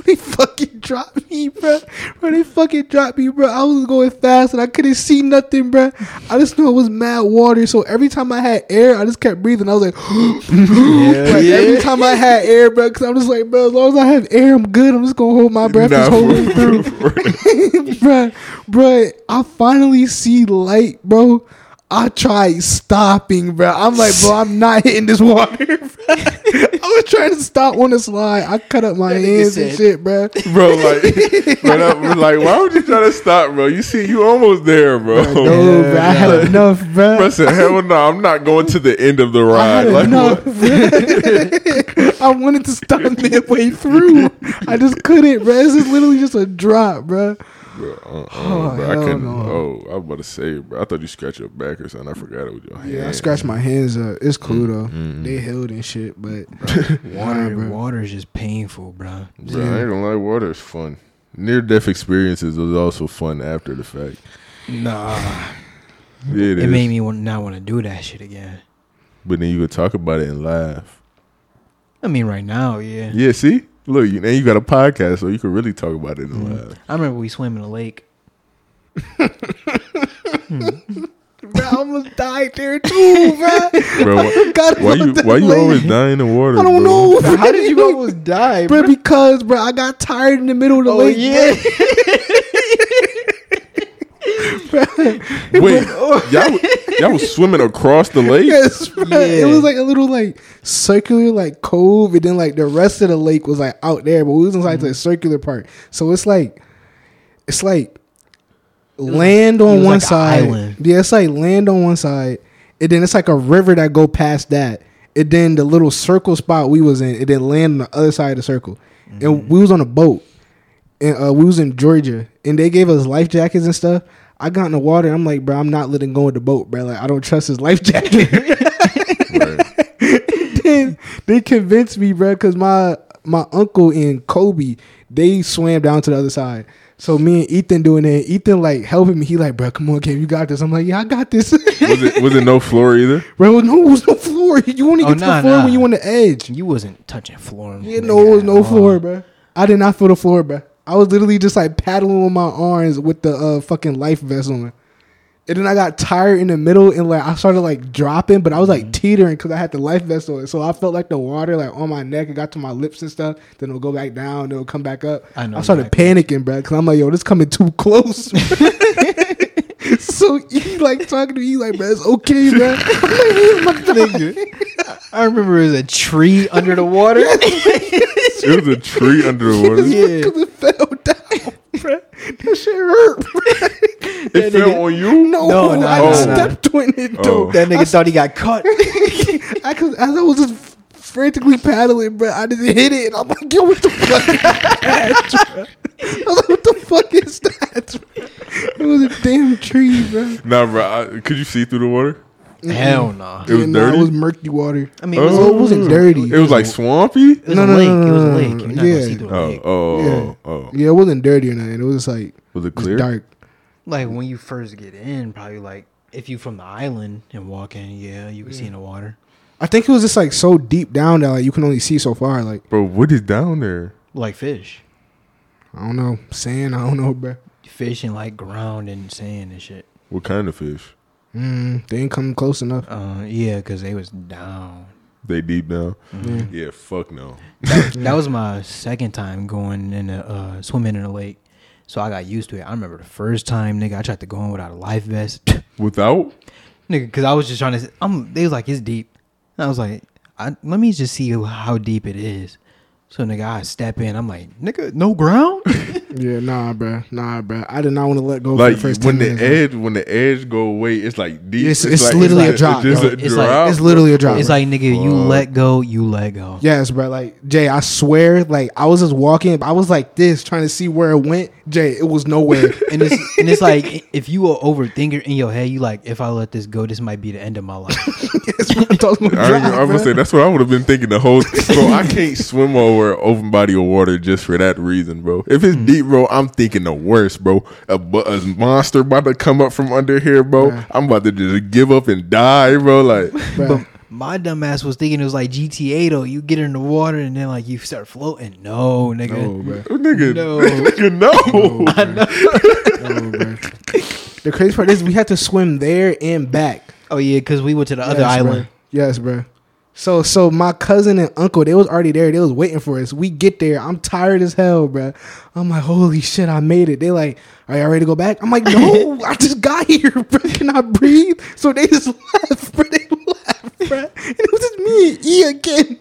Speaker 1: they fucking dropped me, bruh. Bro, they fucking dropped me, bruh. I was going fast and I couldn't see nothing, bruh. I just knew it was mad water. So every time I had air, I just kept breathing. I was like,
Speaker 2: [laughs]
Speaker 1: Like, Every time I had air, bro, because I'm just like, bro, as long as I have air, I'm good. I'm just gonna hold my breath this
Speaker 2: Nah,
Speaker 1: whole
Speaker 2: for-
Speaker 1: way [laughs] through,
Speaker 2: for-
Speaker 1: bro. Bro, I finally see light, bro. I tried stopping, bro. I'm like, bro, I'm not hitting this water. [laughs] Bro. I was trying to stop on the slide. I cut up my
Speaker 3: That nigga
Speaker 1: hands and
Speaker 3: said-
Speaker 1: shit,
Speaker 3: [laughs]
Speaker 1: bro.
Speaker 2: bro. Like, bro, that- we're like, why would you try to stop, bro? You see, you almost there, bro.
Speaker 1: No,
Speaker 2: [laughs]
Speaker 1: bro, I had enough, bro.
Speaker 2: Bro said, hell no, I'm not going to the end of the
Speaker 1: I had
Speaker 2: ride. Like,
Speaker 1: enough. [laughs]
Speaker 2: what?
Speaker 1: bruh. [laughs] I wanted to stop midway through. I just couldn't, bro. This is literally just a drop, bro.
Speaker 2: Bro, uh-uh,
Speaker 1: Oh,
Speaker 2: bro, I
Speaker 1: hell
Speaker 2: couldn't.
Speaker 1: no.
Speaker 2: Oh, I was about to say, bro. I thought you scratched your back or something. I forgot it was your hand.
Speaker 1: Yeah, I scratched my hands up.
Speaker 2: Mm,
Speaker 1: It's cool though.
Speaker 2: mm-hmm.
Speaker 1: They healed and shit, but
Speaker 3: [laughs] Water,
Speaker 1: bro.
Speaker 3: water is just painful, bro.
Speaker 2: Bro, I ain't gonna lie, water is fun. Near death experiences was also fun after the fact.
Speaker 3: Nah,
Speaker 2: Yeah, it,
Speaker 3: it,
Speaker 2: is.
Speaker 3: made me want, not want to do that shit again.
Speaker 2: But then you could talk about it and laugh.
Speaker 3: I mean, right now, yeah.
Speaker 2: Yeah, see, look, you, now you got a podcast, so you can really talk about it and
Speaker 1: Mm.
Speaker 2: laugh.
Speaker 3: I remember we swam in a lake.
Speaker 1: bro, I almost died there
Speaker 2: [laughs]
Speaker 1: too, bro. [laughs]
Speaker 2: Bro, why,
Speaker 1: Got
Speaker 2: why you why you always dying in water?
Speaker 1: I don't
Speaker 2: bro?
Speaker 1: know. bruh.
Speaker 3: [laughs] How did you almost
Speaker 1: Bruh,
Speaker 3: die, [laughs] bro?
Speaker 1: because bro, I got tired in the middle of the
Speaker 3: Oh,
Speaker 1: lake.
Speaker 3: yeah.
Speaker 2: Wait, y'all, wa- y'all was swimming across the lake? [laughs]
Speaker 1: Yes, bruh. It
Speaker 3: Yeah.
Speaker 1: was like a little like circular like cove, and then like the rest of the lake was like out there, but we was inside
Speaker 2: Mm-hmm.
Speaker 1: the circular part. So it's like, it's like land
Speaker 3: it
Speaker 1: on
Speaker 3: was
Speaker 1: one
Speaker 3: like a
Speaker 1: side.
Speaker 3: island.
Speaker 1: Yeah, it's like land on one side, and then it's like a river that go past that, and then the little circle spot we was in, and then land on the other side of the circle,
Speaker 3: Mm-hmm.
Speaker 1: and we was on a boat, and uh, we was in Georgia, and they gave us life jackets and stuff. I got in the water. I'm like, bro, I'm not letting go of the boat, bro. Like, I don't trust his life [laughs] jacket.
Speaker 2: Right.
Speaker 1: then they convinced me, bro, because my my uncle and Kobe they swam down to the other side. So me and Ethan doing it. Ethan like helping me. He like, bro, come on, Cam, you got this. I'm like, yeah, I got this. [laughs]
Speaker 2: Was it was it no floor either?
Speaker 1: bro, no, it was no floor. You only
Speaker 3: Oh,
Speaker 1: get to the
Speaker 3: nah,
Speaker 1: floor
Speaker 3: nah.
Speaker 1: when you on the edge.
Speaker 3: [laughs] You wasn't touching floor.
Speaker 1: Yeah, no, it was
Speaker 3: nigga, uh,
Speaker 1: no
Speaker 3: at
Speaker 1: floor,
Speaker 3: all.
Speaker 1: bro. I did not feel the floor, bro. I was literally just like paddling with my arms with the uh, fucking life vest on. And then I got tired in the middle and like I started like dropping, but I was
Speaker 3: Mm.
Speaker 1: like teetering because I had the life vest on. So I felt like the water like on my neck. It got to my lips and stuff. Then it'll go back down. Then it'll come back up.
Speaker 3: I know
Speaker 1: I started panicking, bro, because I'm like, yo, this coming too
Speaker 3: [laughs]
Speaker 1: close. [laughs] so he like talking to me, he like, bro, it's okay, bro. I'm like, "Yeah, I'm not dying."
Speaker 3: [laughs] I remember it was a tree under the [laughs] water.
Speaker 2: It was a tree under the water.
Speaker 1: [laughs] [laughs]
Speaker 3: Yeah.
Speaker 1: Cause it fell down, [laughs] bro. That shit hurt, bro.
Speaker 2: It fell on you?
Speaker 1: No,
Speaker 3: No,
Speaker 1: no,
Speaker 3: nah,
Speaker 1: I
Speaker 2: nah,
Speaker 1: stepped on it,
Speaker 2: Oh.
Speaker 1: though.
Speaker 3: that nigga thought he got cut.
Speaker 1: I, cause as I was just frantically paddling, bro, I just hit it, and I'm like, yo, what the fuck is that, bro? [laughs] I was like, what the fuck is that? bro? It was a damn tree, bro.
Speaker 2: Nah, bro. I, could you see through the water?
Speaker 3: Hell no.
Speaker 2: It was
Speaker 1: And, nah,
Speaker 2: dirty?
Speaker 1: It was murky water.
Speaker 3: I mean, it was,
Speaker 1: So Oh. it wasn't dirty.
Speaker 2: It was like swampy.
Speaker 3: it was
Speaker 1: No,
Speaker 3: a
Speaker 1: no, no,
Speaker 3: lake.
Speaker 1: no,
Speaker 3: it was a
Speaker 1: no,
Speaker 3: lake. You're not gonna
Speaker 1: yeah.
Speaker 3: see through a
Speaker 2: Oh,
Speaker 3: lake.
Speaker 2: oh,
Speaker 1: Yeah.
Speaker 2: oh, oh.
Speaker 1: Yeah, it wasn't dirty or nothing. It was just like
Speaker 2: Was it
Speaker 1: it was
Speaker 2: clear?
Speaker 1: dark.
Speaker 3: Like when you first get in, probably like if you from the island and walk in, yeah, you can see in the water.
Speaker 1: I think it was just like so deep down that like you can only see so far. Like
Speaker 2: Bro, what is down there?
Speaker 3: Like fish.
Speaker 1: I don't know, sand. I don't know, bro.
Speaker 3: Fish in like ground and sand and shit.
Speaker 2: What kind of fish?
Speaker 1: Mm, they ain't come close enough.
Speaker 3: Uh, yeah, because they was down.
Speaker 2: They deep down?
Speaker 1: Mm-hmm.
Speaker 2: Yeah, fuck no.
Speaker 3: That was my second time going in a, uh, swimming in a lake. So I got used to it. I remember the first time, nigga, I tried to go in without a life vest. [laughs]
Speaker 2: Without?
Speaker 3: nigga, because I was just trying to. I'm. They was like, it's deep. And I was like, I, let me just see how deep it is. So nigga, I step in. I'm like, nigga, no ground.
Speaker 1: Yeah, nah, bro, nah, bro. I did not want to let go.
Speaker 2: Like
Speaker 1: for the first 10
Speaker 2: when the
Speaker 1: minutes, bro.
Speaker 2: edge when the edge go away, it's like deep.
Speaker 1: It's- it's literally
Speaker 2: like-
Speaker 1: a drop,
Speaker 2: It's,
Speaker 1: bro.
Speaker 2: just a
Speaker 3: It's like-
Speaker 2: drop.
Speaker 1: it's literally a drop.
Speaker 3: it's
Speaker 1: bro.
Speaker 3: like, nigga, you let go, you let go.
Speaker 1: Yes, bro. Like Jay, I swear, like I was just walking, I was like this, trying to see where it went. Jay, it was
Speaker 2: [laughs]
Speaker 1: nowhere. [laughs]
Speaker 3: And it's and it's like if you are overthinker in your head, you like, if I let this go, this might be the end of my life.
Speaker 1: That's what I'm talking about,
Speaker 2: I, ain't gonna-
Speaker 1: bro.
Speaker 2: I'm gonna say that's what I would have been thinking
Speaker 1: [laughs]
Speaker 2: the whole. so I can't swim over an open body of water just for that reason, bro. If
Speaker 1: Hmm.
Speaker 2: it's deep, bro, I'm thinking the worst, bro. A, bu- a monster about to come up from under here, bro.
Speaker 1: Bruh.
Speaker 2: I'm about to just give up and die, bro. Like,
Speaker 1: Bro,
Speaker 2: [laughs]
Speaker 3: but my dumbass was thinking it was like GTA though. You get in the water and then like you start floating. No, nigga.
Speaker 2: Oh,
Speaker 1: No, bro.
Speaker 2: nigga,
Speaker 3: No.
Speaker 2: [laughs] nigga, no.
Speaker 1: I know. Oh, bro. The crazy part is we had to swim there and back.
Speaker 3: Oh yeah, because we went to the other
Speaker 1: Yes, bruh.
Speaker 3: island.
Speaker 1: Yes, bro. So so my cousin and uncle, they was already there. They was waiting for us. We get there. I'm tired as hell, bro. I'm like, holy shit, I made it. They like, are y'all ready to go back? I'm like,
Speaker 3: [laughs]
Speaker 1: no, I just got here, [laughs] bro. Can I breathe? So they just [laughs] left, bro. They left, bro. And it was just me and E again,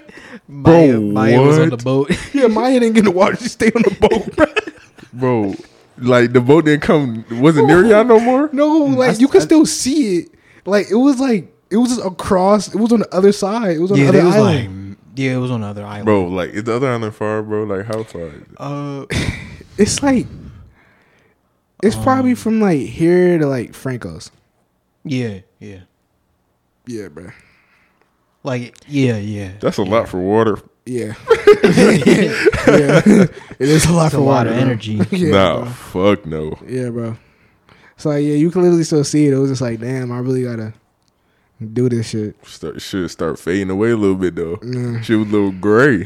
Speaker 1: bro.
Speaker 3: Maya,
Speaker 2: Bro,
Speaker 3: Maya was on the
Speaker 2: what?
Speaker 3: boat. [laughs]
Speaker 1: Yeah, Maya didn't get in the water. She stayed on the boat, bro.
Speaker 2: [laughs] bro. Like the boat didn't come. Wasn't near y'all no more.
Speaker 1: [laughs] No, like
Speaker 3: I-
Speaker 1: you could
Speaker 3: I-
Speaker 1: still see it. Like it was like it was just across. It was on the other side. It was on
Speaker 3: yeah,
Speaker 1: the
Speaker 3: they
Speaker 1: other
Speaker 3: was
Speaker 1: island.
Speaker 3: like, yeah, it was on the other island.
Speaker 2: Bro, like is the other island far, bro? Like how far? Is it?
Speaker 3: Uh,
Speaker 1: It's like it's probably from like here to like Franco's.
Speaker 3: yeah, yeah,
Speaker 1: Yeah, bro.
Speaker 3: like yeah, yeah.
Speaker 2: That's a lot for water.
Speaker 1: [laughs] Yeah. yeah. [laughs] It is a lot
Speaker 3: It's
Speaker 1: for
Speaker 3: a lot
Speaker 1: water.
Speaker 3: of
Speaker 1: bro.
Speaker 3: energy.
Speaker 1: [laughs] yeah,
Speaker 2: nah,
Speaker 1: bro.
Speaker 2: fuck no.
Speaker 1: Yeah, bro. So like, yeah, you can literally still see it. It was just like, damn, I really gotta do this shit. Mm.
Speaker 2: Start should start fading away a little bit though.
Speaker 1: Yeah.
Speaker 2: She was a little gray.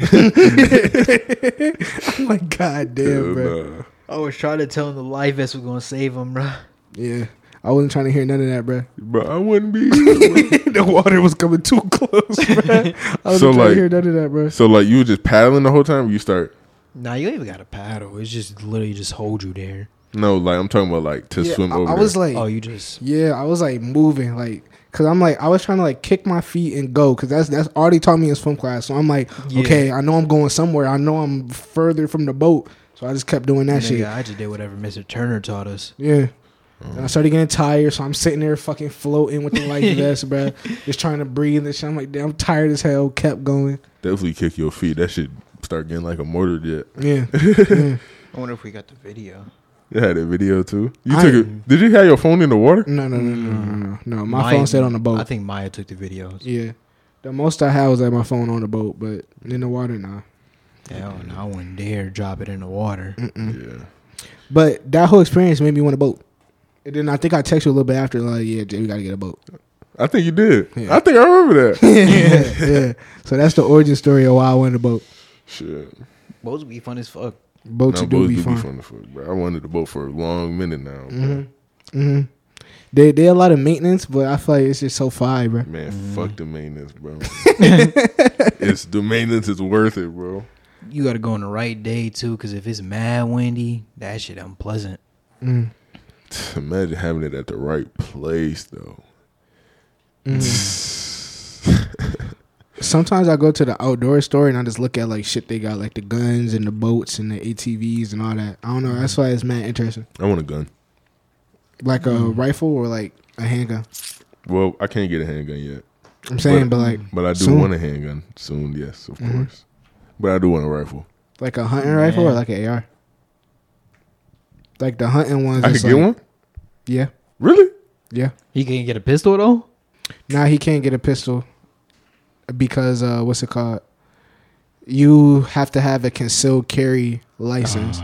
Speaker 1: [laughs] I'm like, god damn, bro.
Speaker 2: Nah.
Speaker 3: I was trying to tell him the life vest was gonna save him, bro.
Speaker 1: Yeah. I wasn't trying to hear none of that, [laughs] bro.
Speaker 2: Bro, I
Speaker 1: [laughs]
Speaker 2: wouldn't be.
Speaker 1: the water was coming too close, [laughs] bro. I wasn't trying
Speaker 2: So,
Speaker 1: to
Speaker 2: like-
Speaker 1: hear none of that, bro.
Speaker 2: so like you were just paddling the whole time. Or you start
Speaker 3: Nah, you ain't even got a paddle. It's just literally just hold you there.
Speaker 2: no like I'm talking about like to
Speaker 1: Yeah,
Speaker 2: swim
Speaker 1: I,
Speaker 2: over.
Speaker 1: I was like,
Speaker 3: Oh, you just
Speaker 1: Yeah, I was like moving, like, cause I'm like, I was trying to like kick my feet and go, cause that's that's already taught me in swim class. So I'm like,
Speaker 3: Yeah.
Speaker 1: okay, I know I'm going somewhere. I know I'm further from the boat. So I just kept doing that
Speaker 3: nigga,
Speaker 1: shit.
Speaker 3: I just did whatever Mr. Turner taught us.
Speaker 1: Yeah. And I started getting tired, so I'm sitting there fucking floating
Speaker 3: [laughs]
Speaker 1: with the life vest, bro. Just trying to breathe and shit. I'm like, damn, I'm tired as hell. Kept going.
Speaker 2: definitely kick your feet. That should start getting like a motor jet.
Speaker 3: [laughs]
Speaker 1: Yeah. yeah.
Speaker 3: I wonder if we got the video.
Speaker 2: You had a video too. You
Speaker 1: I-
Speaker 2: took it. Did you have your phone in the water?
Speaker 1: No, no, no, no, no, no, no. My phone stayed on the boat.
Speaker 3: I think Maya took the videos.
Speaker 1: yeah. The most I had was like my phone on the boat, but in the water, nah.
Speaker 3: Hell, no, I wouldn't dare drop it in the water.
Speaker 1: Mm.
Speaker 2: Yeah.
Speaker 1: But that whole experience made me want a boat. And then I think I texted you a little bit after, like, yeah, Jay, we gotta get a boat.
Speaker 2: I think you did.
Speaker 1: Yeah.
Speaker 2: I think I
Speaker 1: [laughs]
Speaker 2: remember that.
Speaker 1: yeah, yeah. So that's the origin story of why I wanted a boat.
Speaker 2: Shit.
Speaker 3: Boats be fun as fuck.
Speaker 1: Boats
Speaker 2: No,
Speaker 1: do
Speaker 2: boats
Speaker 1: be fun.
Speaker 2: to fuck, bro. I wanted the boat for a long minute now. bro.
Speaker 1: hmm They they a lot of maintenance, but I feel like it's just so fire, bro.
Speaker 2: Man, fuck the
Speaker 1: [laughs]
Speaker 2: maintenance, bro. it's the maintenance is worth it, bro.
Speaker 3: You got to go on the right day too, because if it's mad windy, that shit unpleasant.
Speaker 1: Mm.
Speaker 2: Imagine having it at the right place though.
Speaker 1: Mm-hmm. [laughs]
Speaker 2: Mm.
Speaker 1: Sometimes I go to the outdoor store and I just look at like shit they got, like the guns and the boats and the ATVs and all that. I don't know. That's why it's mad interesting.
Speaker 2: [laughs] I want a gun.
Speaker 1: Like a rifle or like a handgun.
Speaker 2: Well, I can't get a handgun yet,
Speaker 1: I'm saying,
Speaker 2: But-
Speaker 1: but, like
Speaker 2: but I do
Speaker 1: Soon. Mm-hmm.
Speaker 2: want a handgun soon. Yes, of course. But I do want a rifle.
Speaker 1: like a hunting rifle or
Speaker 3: Man.
Speaker 1: like an AR. Like the hunting ones.
Speaker 2: I
Speaker 1: it's
Speaker 2: could get
Speaker 1: like-
Speaker 2: one.
Speaker 1: Yeah,
Speaker 2: Really?
Speaker 1: yeah.
Speaker 3: You can't get a pistol though.
Speaker 1: Now he can't get a pistol because uh, what's
Speaker 2: Uh-huh.
Speaker 1: it called? You have to have a concealed carry license.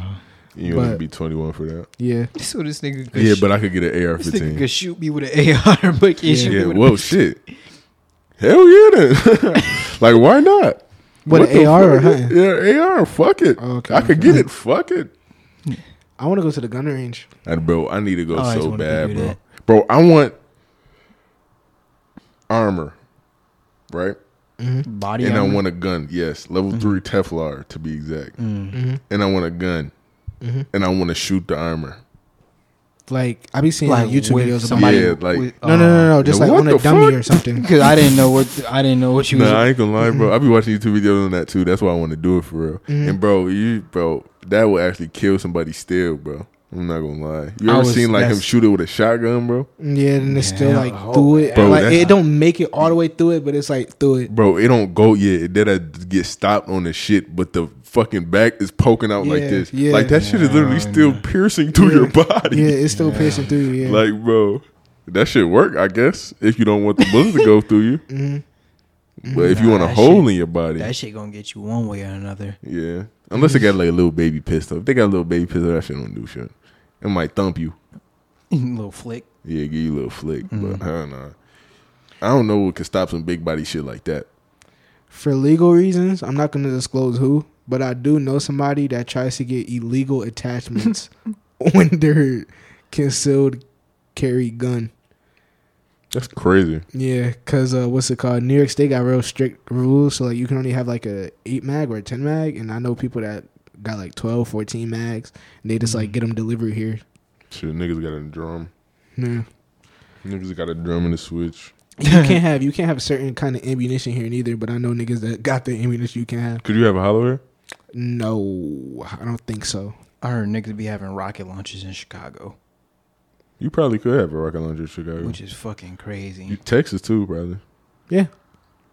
Speaker 2: You don't have
Speaker 1: But-
Speaker 2: to be 21 for that.
Speaker 1: Yeah.
Speaker 3: [laughs] So this nigga could
Speaker 2: Yeah,
Speaker 3: sh-
Speaker 2: but I could get an AR
Speaker 3: this nigga
Speaker 2: 15.
Speaker 3: could shoot me with an AR, [laughs] but can't shoot
Speaker 2: Yeah,
Speaker 3: me with
Speaker 2: whoa, shit. Hell yeah, then. [laughs] like, why not?
Speaker 1: But
Speaker 2: What
Speaker 1: an
Speaker 2: the
Speaker 1: AR or
Speaker 2: fuck?
Speaker 1: hunting?
Speaker 2: Yeah, AR. Fuck it.
Speaker 1: Oh, okay.
Speaker 2: I could get it. Fuck it.
Speaker 1: I want to go to the gun range.
Speaker 2: And bro, I need to go
Speaker 3: I always
Speaker 2: so
Speaker 3: wanted to
Speaker 2: bad,
Speaker 3: do
Speaker 2: bro.
Speaker 3: that.
Speaker 2: Bro, I want armor, right?
Speaker 3: a body.
Speaker 2: and
Speaker 3: armor.
Speaker 2: I want a gun. Yes, level three Teflar to be exact.
Speaker 3: Mm.
Speaker 1: Mm-hmm.
Speaker 2: And I want a gun,
Speaker 1: Mhm.
Speaker 2: and I want to shoot the armor.
Speaker 1: Like I be seeing
Speaker 3: like
Speaker 1: YouTube
Speaker 3: with
Speaker 1: videos about.
Speaker 3: somebody.
Speaker 2: Yeah, like-
Speaker 3: with,
Speaker 1: No, no, no, no,
Speaker 2: Uh,
Speaker 1: just
Speaker 2: now
Speaker 1: like
Speaker 2: what
Speaker 1: on a
Speaker 2: the
Speaker 1: dummy
Speaker 2: fuck?
Speaker 1: or something. [laughs]
Speaker 3: Because I didn't know what I didn't
Speaker 2: [laughs]
Speaker 3: know what you
Speaker 2: Nah,
Speaker 3: was.
Speaker 2: I ain't gonna lie,
Speaker 1: Mm-hmm.
Speaker 2: bro. I be watching YouTube videos on that too. That's why I want to do it for real. And bro, you bro, that will actually kill somebody still, bro. I'm not gonna lie. You
Speaker 3: I
Speaker 2: ever
Speaker 3: was-
Speaker 2: seen like him
Speaker 3: that's-
Speaker 2: shoot it with a shotgun, bro?
Speaker 1: Yeah, and it's still
Speaker 3: Yeah,
Speaker 1: like
Speaker 3: oh,
Speaker 1: through it.
Speaker 2: Bro,
Speaker 1: like
Speaker 2: that's-
Speaker 1: it don't make it all the way through it, but it's like through it.
Speaker 2: Bro, it don't go yet. It did I get stopped on the shit, but the fucking back is poking out like
Speaker 1: Yeah,
Speaker 2: this.
Speaker 1: yeah.
Speaker 2: Like that shit is
Speaker 3: Yeah,
Speaker 2: literally still
Speaker 3: yeah.
Speaker 2: piercing through your body.
Speaker 1: Yeah, it's still piercing through you. Yeah.
Speaker 2: Like, bro, that shit work, I guess, if you don't want the bullet to go through you.
Speaker 1: Mhm.
Speaker 2: But if you
Speaker 3: Nah,
Speaker 2: want a
Speaker 3: that
Speaker 2: hole
Speaker 3: shit-
Speaker 2: in your body,
Speaker 3: That shit gonna get you one way or another. [laughs]
Speaker 2: yeah. Unless they got like a little baby pistol. If they got a little baby pistol, that shit don't do shit. It might thump you.
Speaker 3: Little flick.
Speaker 2: Yeah, give you a little flick.
Speaker 3: Mm.
Speaker 2: But I don't know. I don't know what could stop some big body shit like that.
Speaker 1: For legal reasons, I'm not going to disclose who, but I do know somebody that tries to get illegal [laughs] attachments on their concealed carry gun.
Speaker 2: That's crazy.
Speaker 1: Yeah, cause uh, what's it called? New York State got real strict rules, so like you can only have like a eight mag or a ten mag, and I know people that got like 12, 14 mags, and they just like get them delivered here.
Speaker 2: Shit, niggas got a drum.
Speaker 1: Yeah.
Speaker 2: Niggas got a drum and a switch.
Speaker 1: you can't [laughs] have you can't have a certain kind of ammunition here neither. But I know niggas that got the ammunition you can have.
Speaker 2: Could you have a hollow air?
Speaker 1: No, I don't think so.
Speaker 3: I heard niggas be having rocket launches in Chicago,
Speaker 2: You probably could have a rocket launcher in Chicago.
Speaker 3: which is fucking
Speaker 2: You
Speaker 3: crazy.
Speaker 2: Texas too, probably.
Speaker 1: Yeah,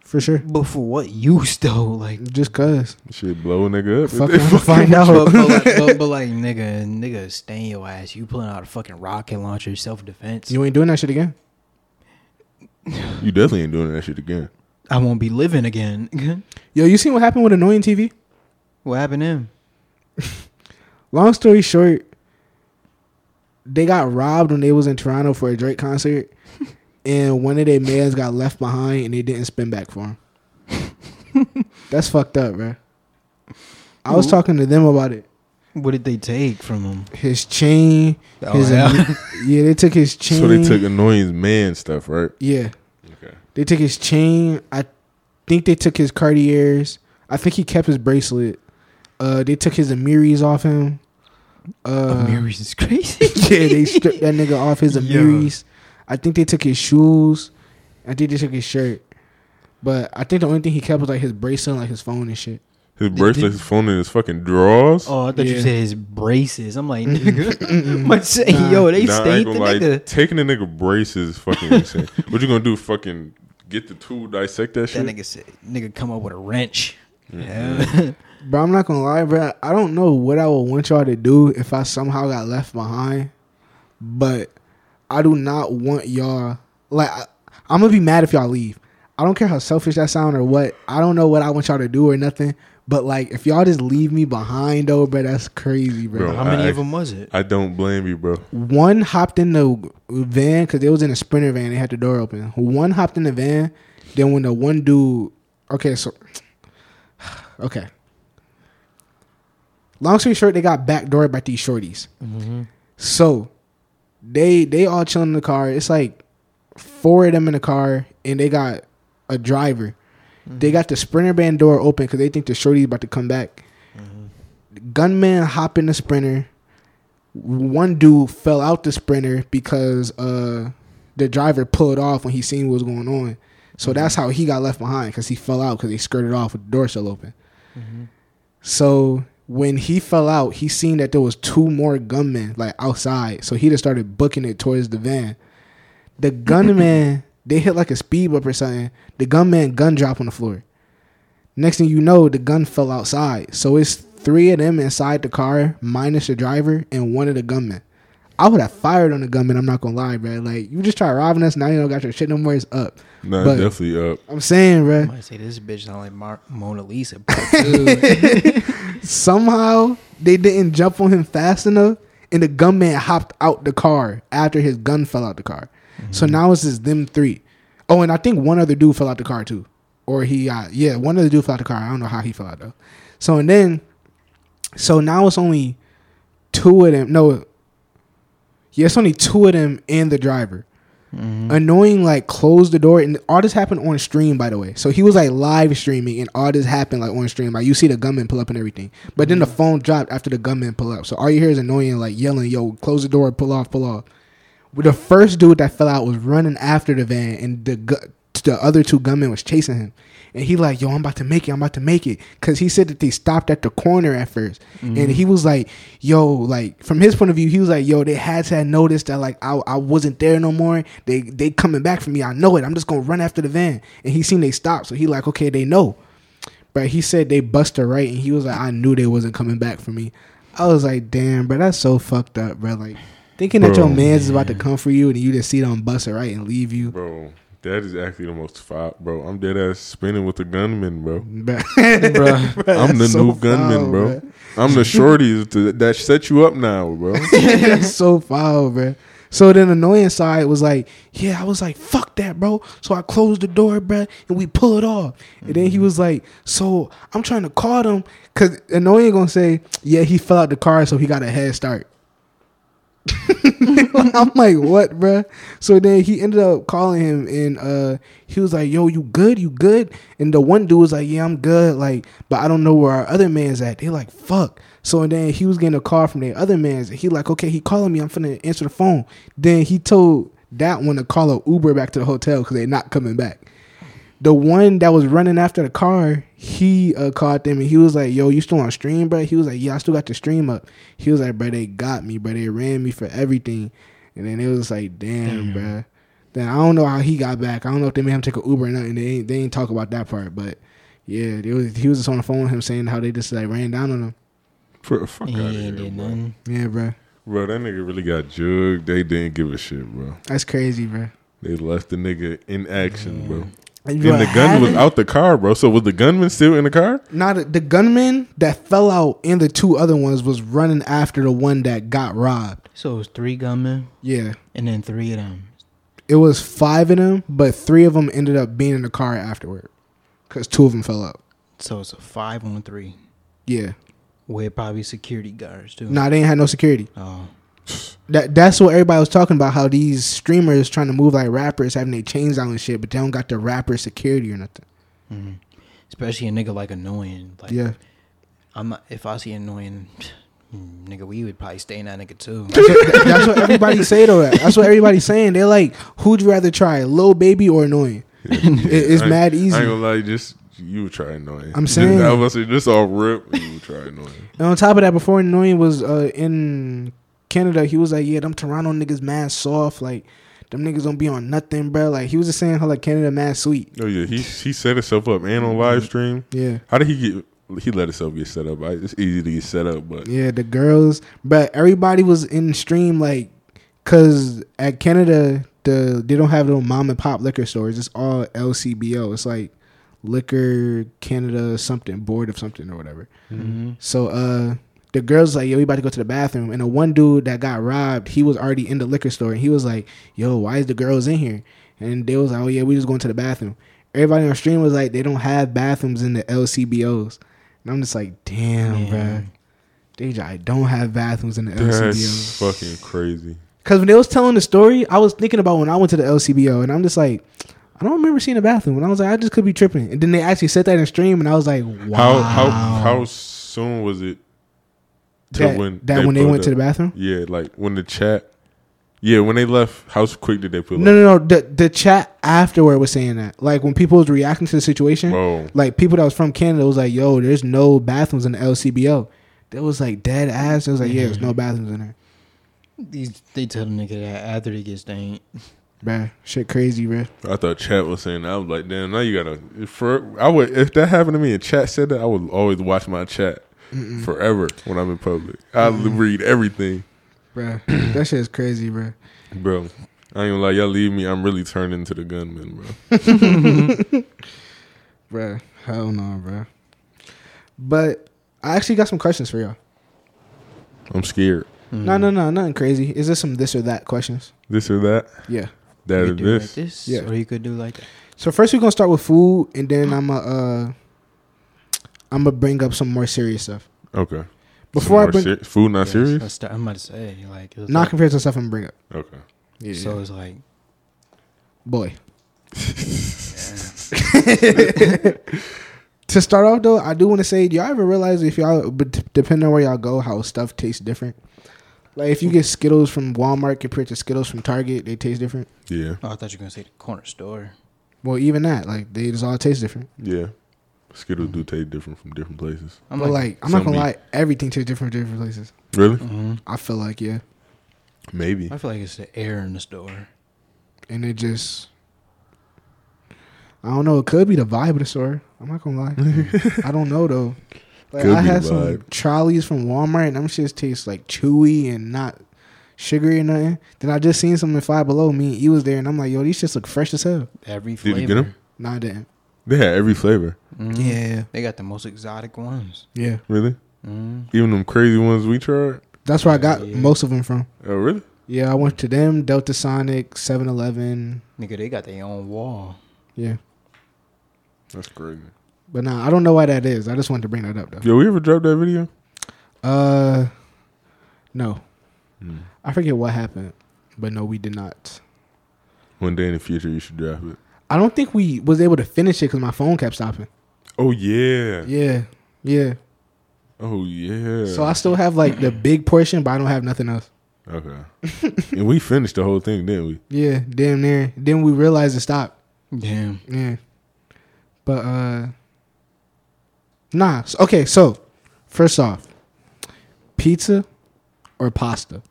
Speaker 1: for sure.
Speaker 3: But for what use [laughs] though?
Speaker 1: [laughs]
Speaker 3: Like,
Speaker 1: Just cause.
Speaker 2: Shit blow a nigga up. if [laughs]
Speaker 1: Fuck,
Speaker 2: they
Speaker 1: I'm gonna find
Speaker 3: but,
Speaker 1: out.
Speaker 3: but like, but, but like, nigga, nigga, stain your ass. You pulling out a fucking rocket launcher, self defense.
Speaker 1: You ain't doing that shit again.
Speaker 2: You definitely ain't doing that shit again.
Speaker 3: I won't be living again. [laughs]
Speaker 1: Yo, you seen what happened with annoying TV?
Speaker 3: what happened to him?
Speaker 1: Long story short, they got robbed when they was in Toronto for a Drake concert, and one of their mans got left behind, and they didn't spin back for him. That's fucked up, bro. I was
Speaker 3: Ooh.
Speaker 1: talking to them about it.
Speaker 3: What did they take from him?
Speaker 1: His chain,
Speaker 3: Oh,
Speaker 1: his
Speaker 3: hell.
Speaker 1: yeah. they took his chain.
Speaker 2: So they took annoying man stuff, right?
Speaker 1: yeah,
Speaker 2: Okay.
Speaker 1: they took his chain. I think they took his Cartiers. I think he kept his bracelet. Uh, they took his Amiris off him. Uh,
Speaker 3: Amiris is crazy.
Speaker 1: [laughs] yeah, they stripped that nigga off his
Speaker 3: Yeah.
Speaker 1: Amiris. I think they took his shoes. I think they took his shirt. But I think the only thing he kept was like his bracelet, and, like his phone and shit.
Speaker 2: His bracelet, his phone, and his fucking drawers.
Speaker 3: Oh, I thought you
Speaker 1: Yeah.
Speaker 3: said his braces. I'm like, nigga, [laughs] but say, yo, they
Speaker 2: Nah, I
Speaker 3: stayed
Speaker 2: ain't
Speaker 3: the
Speaker 2: gonna lie,
Speaker 3: nigga.
Speaker 2: Taking a nigga braces is fucking insane. what you gonna do? Fucking get the tool, dissect that
Speaker 3: That
Speaker 2: shit.
Speaker 3: nigga said, nigga, come up with a wrench. Yeah.
Speaker 1: Bro, I'm not gonna lie, bro. I don't know what I would want y'all to do if I somehow got left behind. But I do not want y'all like I, I'm gonna be mad if y'all leave. I don't care how selfish that sound or what. I don't know what I want y'all to do or nothing. But like, if y'all just leave me behind, though, bro, that's crazy,
Speaker 2: Bro,
Speaker 3: [laughs] How many
Speaker 2: I-
Speaker 3: of them was it?
Speaker 2: I don't blame you, bro.
Speaker 1: One hopped in the van because it was in a sprinter van. They had the door open. One hopped in the van. Then when the one dude, okay, so [sighs] okay. Long story short, they got backdoored by these shorties. Mm-hmm. So they they all chilling in the car. It's like four of them in the car, and they got a driver. They got the sprinter van door open because they think the shorty's about to come back. Gunman hop in the sprinter. One dude fell out the sprinter because uh the driver pulled off when he seen what was going on. So that's how he got left behind because he fell out because he skirted off with the door still open. Mm-hmm. So when he fell out, he seen that there was two more gunmen like outside. So he just started booking it towards the van. The gunman, they hit like a speed bump or something. The gunman gun drop on the floor. Next thing you know, the gun fell outside. So it's three of them inside the car, minus the driver and one of the gunmen. I would have fired on the gunman. I'm not gonna lie, bro. Like you just try robbing us. Now you don't got your shit no more. It's up.
Speaker 2: Nah,
Speaker 1: But-
Speaker 2: definitely uh, up.
Speaker 1: I'm saying, bro. [laughs]
Speaker 3: I might say this bitch sound like Mar- Mona Lisa.
Speaker 1: somehow they didn't jump on him fast enough, and the gunman hopped out the car after his gun fell out the car. So now it's just them three. Oh, and I think one other dude fell out the car too, or he got yeah, one other dude fell out the car. I don't know how he fell out though. So and then, so now it's only two of them. No, yeah, it's only two of them and the driver. Annoying, like closed the door, and all this happened on stream, by the way. So he was like live streaming, and all this happened like on stream. Like you see the gunman pull up and everything, but then the phone dropped after the gunman pull up. So all you hear is annoying, like yelling, "Yo, close the door, pull off, pull off." But the first dude that fell out was running after the van, and the gu- the other two gunmen was chasing him. And he like, yo, I'm about to make it. I'm about to make it. Cause he said that they stopped at the corner at 1st
Speaker 2: Mm-hmm.
Speaker 1: and he was like, yo, like from his point of view, he was like, yo, they had to have noticed that like I, I wasn't there no more. They they coming back for me. I know it. I'm just gonna run after the van. And he seen they stopped, so he like, okay, they know. But he said they busted right, and he was like, I knew they wasn't coming back for me. I was like, damn, bro, that's so fucked up, bro. Like thinking that your
Speaker 2: Bro,
Speaker 1: man's is about to come for you, and you just see them bust it right and leave you.
Speaker 2: Bro, that is actually the most foul. Bro, I'm dead ass spinning with the gunman, bro.
Speaker 1: Bro. [laughs]
Speaker 3: Bruh.
Speaker 1: Bro,
Speaker 2: I'm the
Speaker 1: that's so
Speaker 2: new gunman,
Speaker 1: foul,
Speaker 2: bro. I'm the shorty [laughs] to, that set you up now, bro.
Speaker 1: [laughs] That's so foul, bro. So then the annoying side was like, yeah, I was like, fuck that, bro. So I closed the door, bro, and we pull it off. And then he was like, so I'm trying to call them because annoying gonna say, yeah, he fell out the car, so he got a head start. I'm [laughs] like, what, bruh? So then he ended up calling him, and uh, he was like, "Yo, you good? You good?" And the one dude was like, "Yeah, I'm good. Like, but I don't know where our other man's at." They like, "Fuck." So then he was getting a call from the other man's. He like, "Okay, he calling me. I'm finna answer the phone." Then he told that one to call a Uber back to the hotel because they're not coming back the one that was running after the car, he uh, caught them and he was like, "Yo, you still on stream, bro?" He was like, "Yeah, I still got the stream up." He was like, "Bro, they got me, bro. They ran me for everything." And then it was like, "Damn, bruh. bro." Then I don't know how he got back. I don't know if they made him take an Uber or nothing. They ain't, they ain't talk about that part, but yeah, it was, he was just on the phone with him saying how they just like ran down on him.
Speaker 2: For, fuck
Speaker 3: He
Speaker 2: out of here,
Speaker 3: ain't did
Speaker 2: bro.
Speaker 3: nothing.
Speaker 1: Yeah, bro,
Speaker 2: Bro, that nigga really got jugged. They didn't give a shit, bro.
Speaker 1: that's crazy, bro.
Speaker 2: They left the nigga in action, bro.
Speaker 1: And,
Speaker 2: And the gun was out the car, bro. So was the gunman still in the car?
Speaker 1: Not the gunman that fell out and the two other ones was running after the one that got robbed.
Speaker 3: So it was three gunmen
Speaker 1: Yeah.
Speaker 3: and then three of them.
Speaker 1: It was five of them, but three of them ended up being in the car afterward because two of them fell out.
Speaker 3: So it's a five on three.
Speaker 1: Yeah,
Speaker 3: With probably security guards too.
Speaker 1: nah, they ain't had no security.
Speaker 3: Oh.
Speaker 1: That that's what everybody was talking about. How these streamers trying to move like rappers, having their chains out and shit, but they don't got the rapper security or nothing.
Speaker 3: mhm. Especially a nigga like annoying. Like
Speaker 1: Yeah,
Speaker 3: I'm not, if I see annoying hmm, nigga, we would probably stay in that nigga too.
Speaker 1: That- that's what everybody say though. That's what everybody's saying. They're like, who'd you rather try, Lil Baby or Annoying? It- it's
Speaker 2: I ain't-
Speaker 1: mad
Speaker 2: I ain't
Speaker 1: easy.
Speaker 2: gonna lie, just you would try annoying.
Speaker 1: I'm saying-
Speaker 2: just, [laughs] I was saying, just all rip. You would try annoying.
Speaker 1: And on top of that, before Annoying was uh, in Canada, he was like, "Yeah, them Toronto niggas mad soft. Like, them niggas don't be on nothing, bro." Like, he was just saying how like Canada mad sweet.
Speaker 2: Oh yeah, he he set himself up and on
Speaker 1: Mm-hmm.
Speaker 2: live stream.
Speaker 1: Yeah,
Speaker 2: How did he get? He let himself get set up. I, it's easy to get set up, but
Speaker 1: yeah. The girls, but everybody was in stream like, cause at Canada the they don't have no mom and pop liquor stores. It's all LCBO. It's like liquor Canada something board of something or whatever.
Speaker 3: mm-hmm.
Speaker 1: So uh the girls like, yo, we about to go to the bathroom. And the one dude that got robbed, he was already in the liquor store and he was like, Yo, why is the girls in here? And they was like, Oh yeah, we just going to the bathroom. Everybody on stream was like, they don't have bathrooms in the LCBOs. And I'm just like, damn,
Speaker 3: Yeah.
Speaker 1: bruh. They I don't have bathrooms in the LCBOs.
Speaker 2: that's fucking crazy.
Speaker 1: Cause when they was telling the story, I was thinking about when I went to the LCBO, and I'm just like, I don't remember seeing a bathroom. And I was like, I just could be tripping. And then they actually said that in stream, and I was like, wow.
Speaker 2: How how how soon was it? to
Speaker 1: that, that when they
Speaker 2: pulled
Speaker 1: went to the
Speaker 2: up?
Speaker 1: bathroom?
Speaker 2: Yeah, like when the chat. Yeah, when they left, how quick did they pull
Speaker 1: No,
Speaker 2: up?
Speaker 1: no, no. The the chat afterward was saying that, like when people was reacting to the situation,
Speaker 2: Bro,
Speaker 1: like people that was from Canada was like, "Yo, there's no bathrooms in the LCBO." There was like dead ass. It was like, "Yeah, there's no bathrooms in there."
Speaker 3: These they tell the nigga that after they get stained.
Speaker 1: Bruh, shit crazy, bruh.
Speaker 2: I thought chat was saying. that. I was like, damn. Now you gotta. For I would if that happened to me and chat said that, I would always watch my chat forever when I'm in public. I read everything,
Speaker 1: Bruh, [clears throat] that shit is crazy, bruh.
Speaker 2: bro. I ain't gonna lie, y'all leave me. I'm really turned into the gunman, bro.
Speaker 1: Bruh, hell no, bruh. But I actually got some questions for y'all.
Speaker 2: I'm scared.
Speaker 1: No, no, no, nothing crazy. Is this some this or that questions?
Speaker 2: This or that.
Speaker 1: Yeah.
Speaker 2: That or
Speaker 3: You could do it like
Speaker 2: this.
Speaker 3: this,
Speaker 1: Yeah.
Speaker 3: or you could do like that.
Speaker 1: So first we're gonna start with food, and then I'm a, uh, I'm gonna bring up some more serious stuff.
Speaker 2: Okay.
Speaker 1: Before
Speaker 2: Some
Speaker 1: I
Speaker 2: more
Speaker 1: bring,
Speaker 2: ser- food not
Speaker 3: Yeah,
Speaker 2: serious.
Speaker 3: so it's- I'm about to say like it's
Speaker 1: not
Speaker 3: like-
Speaker 1: compared to stuff I'm gonna bring up.
Speaker 2: Okay.
Speaker 1: Yeah.
Speaker 3: so it's like
Speaker 1: boy. to start off though, I do want to say, do y'all ever realize if y'all, but d- depending on where y'all go, how stuff tastes different? Like if you get Skittles from Walmart compared to Skittles from Target, they taste different.
Speaker 2: Yeah.
Speaker 3: oh, I thought you were gonna say the corner store.
Speaker 1: Well, even that, like they just all taste different.
Speaker 2: Yeah. Skittles do taste different from different places.
Speaker 3: I'm
Speaker 1: but like, I'm not
Speaker 2: some
Speaker 1: gonna
Speaker 2: meat.
Speaker 1: lie, everything tastes different from different places.
Speaker 2: Really?
Speaker 3: Mhm.
Speaker 1: I feel like yeah,
Speaker 2: Maybe.
Speaker 3: I feel like it's the air in the store.
Speaker 1: and it just, I don't know. It could be the vibe of the store. I'm not gonna
Speaker 2: [laughs]
Speaker 1: lie. I don't know though. Like
Speaker 2: Could
Speaker 1: I
Speaker 2: be the
Speaker 1: had some
Speaker 2: vibe.
Speaker 1: trolleys from Walmart, and them shits taste like chewy and not sugary or nothing. Then I just seen some in Five Below. Me and E was there, and I'm like, yo, these shits look fresh as hell.
Speaker 3: Every
Speaker 2: you
Speaker 3: flavor.
Speaker 2: get 'em?
Speaker 1: Nah, I didn't.
Speaker 2: They had every flavor.
Speaker 3: Mhm.
Speaker 1: Yeah,
Speaker 3: They got the most exotic ones.
Speaker 1: yeah.
Speaker 2: Really?
Speaker 3: Mm.
Speaker 2: Even them crazy ones we tried.
Speaker 1: That's where I got
Speaker 3: Yeah.
Speaker 1: most of them from.
Speaker 2: Oh, really?
Speaker 1: Yeah, I went to them, Delta Sonic, 7-Eleven.
Speaker 3: Nigga, they got their own wall.
Speaker 1: Yeah,
Speaker 2: That's crazy.
Speaker 1: but nah, I don't know why that is. I just wanted to bring that up though.
Speaker 2: Yo, we ever dropped that video?
Speaker 1: Uh, no,
Speaker 2: Mm.
Speaker 1: I forget what happened, but no, we did not.
Speaker 2: One day in the future, you should drop it.
Speaker 1: I don't think we was able to finish it because my phone kept stopping.
Speaker 2: Oh yeah.
Speaker 1: Yeah, yeah.
Speaker 2: Oh yeah.
Speaker 1: So I still have like the big portion, but I don't have nothing else.
Speaker 2: okay. and we finished the whole thing, didn't we?
Speaker 1: Yeah, damn near. Then we realized it stopped.
Speaker 3: Damn.
Speaker 1: Yeah. But uh Nah. s- Okay, so first off, pizza or pasta?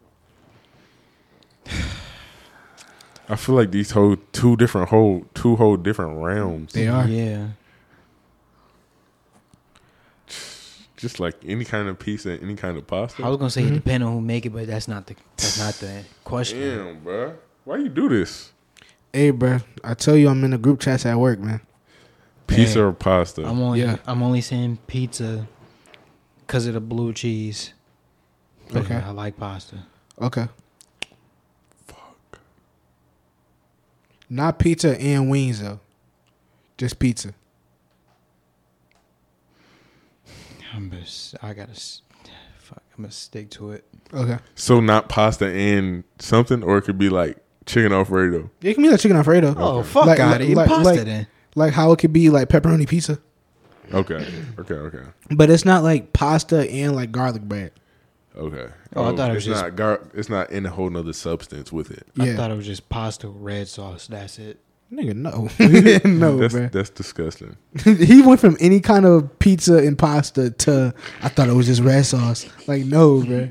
Speaker 2: I feel like these whole two different whole two whole different realms.
Speaker 1: They are.
Speaker 3: Yeah.
Speaker 2: Just like any kind of pizza, and any kind of pasta.
Speaker 3: I was gonna say
Speaker 1: Mm-hmm.
Speaker 3: it depends on who make it, but that's not the that's not the question.
Speaker 2: Damn, bruh. Why you do this?
Speaker 1: Hey bruh, I tell you I'm in the group chats at work, man.
Speaker 2: Pizza
Speaker 3: Hey,
Speaker 2: or pasta?
Speaker 3: I'm only
Speaker 1: Yeah.
Speaker 3: I'm only saying pizza because of the blue cheese. But
Speaker 1: Okay.
Speaker 3: I like pasta.
Speaker 1: Okay. Fuck. Not pizza and wings though. Just pizza.
Speaker 3: I'm just, I gotta s- fuck. I'm gonna stick to it.
Speaker 1: Okay.
Speaker 2: so not pasta and something, or it could be like chicken alfredo.
Speaker 1: It can be like chicken alfredo.
Speaker 3: Oh fuck
Speaker 1: Like-
Speaker 3: out of
Speaker 1: like-
Speaker 3: pasta
Speaker 1: like-
Speaker 3: then.
Speaker 1: Like how it could be like pepperoni pizza.
Speaker 2: Okay, okay, okay,
Speaker 1: But it's not like pasta and like garlic bread.
Speaker 2: okay.
Speaker 3: Oh, I thought it was
Speaker 2: it's
Speaker 3: just-
Speaker 2: not gar- It's not in a whole nother substance with
Speaker 3: [laughs]
Speaker 2: it.
Speaker 1: Yeah.
Speaker 3: I thought it was just pasta with red sauce. That's it.
Speaker 1: Nigga, no. [laughs] no,
Speaker 2: that's
Speaker 1: bruh.
Speaker 2: that's disgusting.
Speaker 1: he went from any kind of pizza and pasta to I thought it was just red sauce. Like no, bro.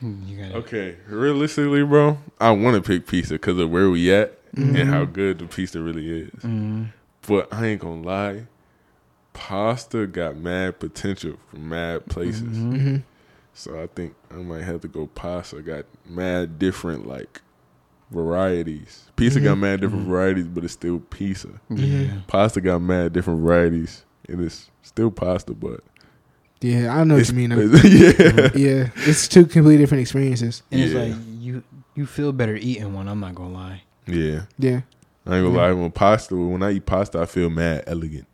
Speaker 1: Hmm.
Speaker 3: You gotta
Speaker 2: Okay, realistically, bro, I want to pick pizza because of where we at
Speaker 1: Mm-hmm.
Speaker 2: and how good the pizza really is. But I ain't gonna lie, pasta got mad potential from mad places.
Speaker 1: Mm-hmm.
Speaker 2: So I think I might have to go pasta. Got mad different like varieties. Pizza
Speaker 1: Mm-hmm.
Speaker 2: got mad different varieties, but it's still pizza.
Speaker 3: Yeah.
Speaker 2: Pasta got mad different varieties, and it's still pasta, but
Speaker 1: Yeah, I know what
Speaker 2: it's
Speaker 1: you
Speaker 2: [laughs]
Speaker 1: mean. Mm-hmm. though.
Speaker 3: [laughs]
Speaker 2: yeah.
Speaker 1: yeah, it's two completely different experiences.
Speaker 3: And it's
Speaker 2: Yeah.
Speaker 3: like you you feel better eating one. I'm not gonna lie.
Speaker 2: yeah.
Speaker 1: Yeah,
Speaker 2: I ain't gonna lie. When pasta, when I eat pasta, I feel mad elegant.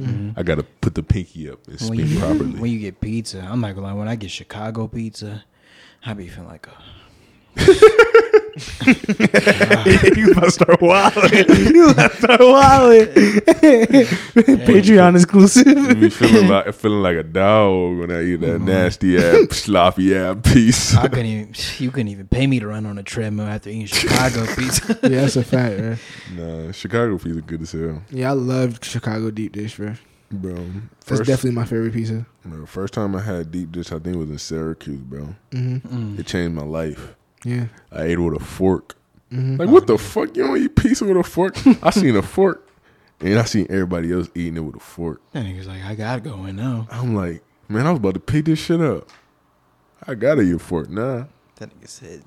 Speaker 1: Mm-hmm.
Speaker 3: Mm-hmm.
Speaker 2: I gotta put the pinky up and
Speaker 3: When
Speaker 2: speak
Speaker 3: you,
Speaker 2: properly. [laughs]
Speaker 3: when you get pizza, I'm not gonna lie. When I get Chicago pizza, I be feeling like a
Speaker 1: [laughs] you about to start [laughs] wilding. you about to start wilding. [laughs] Patreon [laughs]
Speaker 2: I
Speaker 3: [laughs]
Speaker 1: exclusive.
Speaker 2: be feeling like feeling like a dog when I eat that nasty
Speaker 3: [laughs]
Speaker 2: ass sloppy ass pizza.
Speaker 3: Mm-hmm. I couldn't even. You couldn't even pay me to run on a treadmill after
Speaker 2: [laughs]
Speaker 3: eating Chicago pizza.
Speaker 1: yeah, that's a fact, bro.
Speaker 2: [laughs] nah, Chicago pizza good as hell,
Speaker 1: Yeah, I love Chicago deep dish, bro.
Speaker 2: bro.
Speaker 1: That's
Speaker 2: First-
Speaker 1: definitely my favorite pizza.
Speaker 2: Bro, first time I had deep dish, I think was in Syracuse, bro.
Speaker 1: hmm
Speaker 3: Mm.
Speaker 2: It changed my life.
Speaker 1: Yeah.
Speaker 2: I ate it with a fork.
Speaker 1: hmm
Speaker 2: Like, what the fuck? You don't eat pizza with a fork? I seen a fork, and I seen everybody else eating it with a fork.
Speaker 3: That nigga's like, I gotta go in now.
Speaker 2: I'm like, man, I was about to pick this shit up. I gotta eat a fork. Nah.
Speaker 3: That nigga said,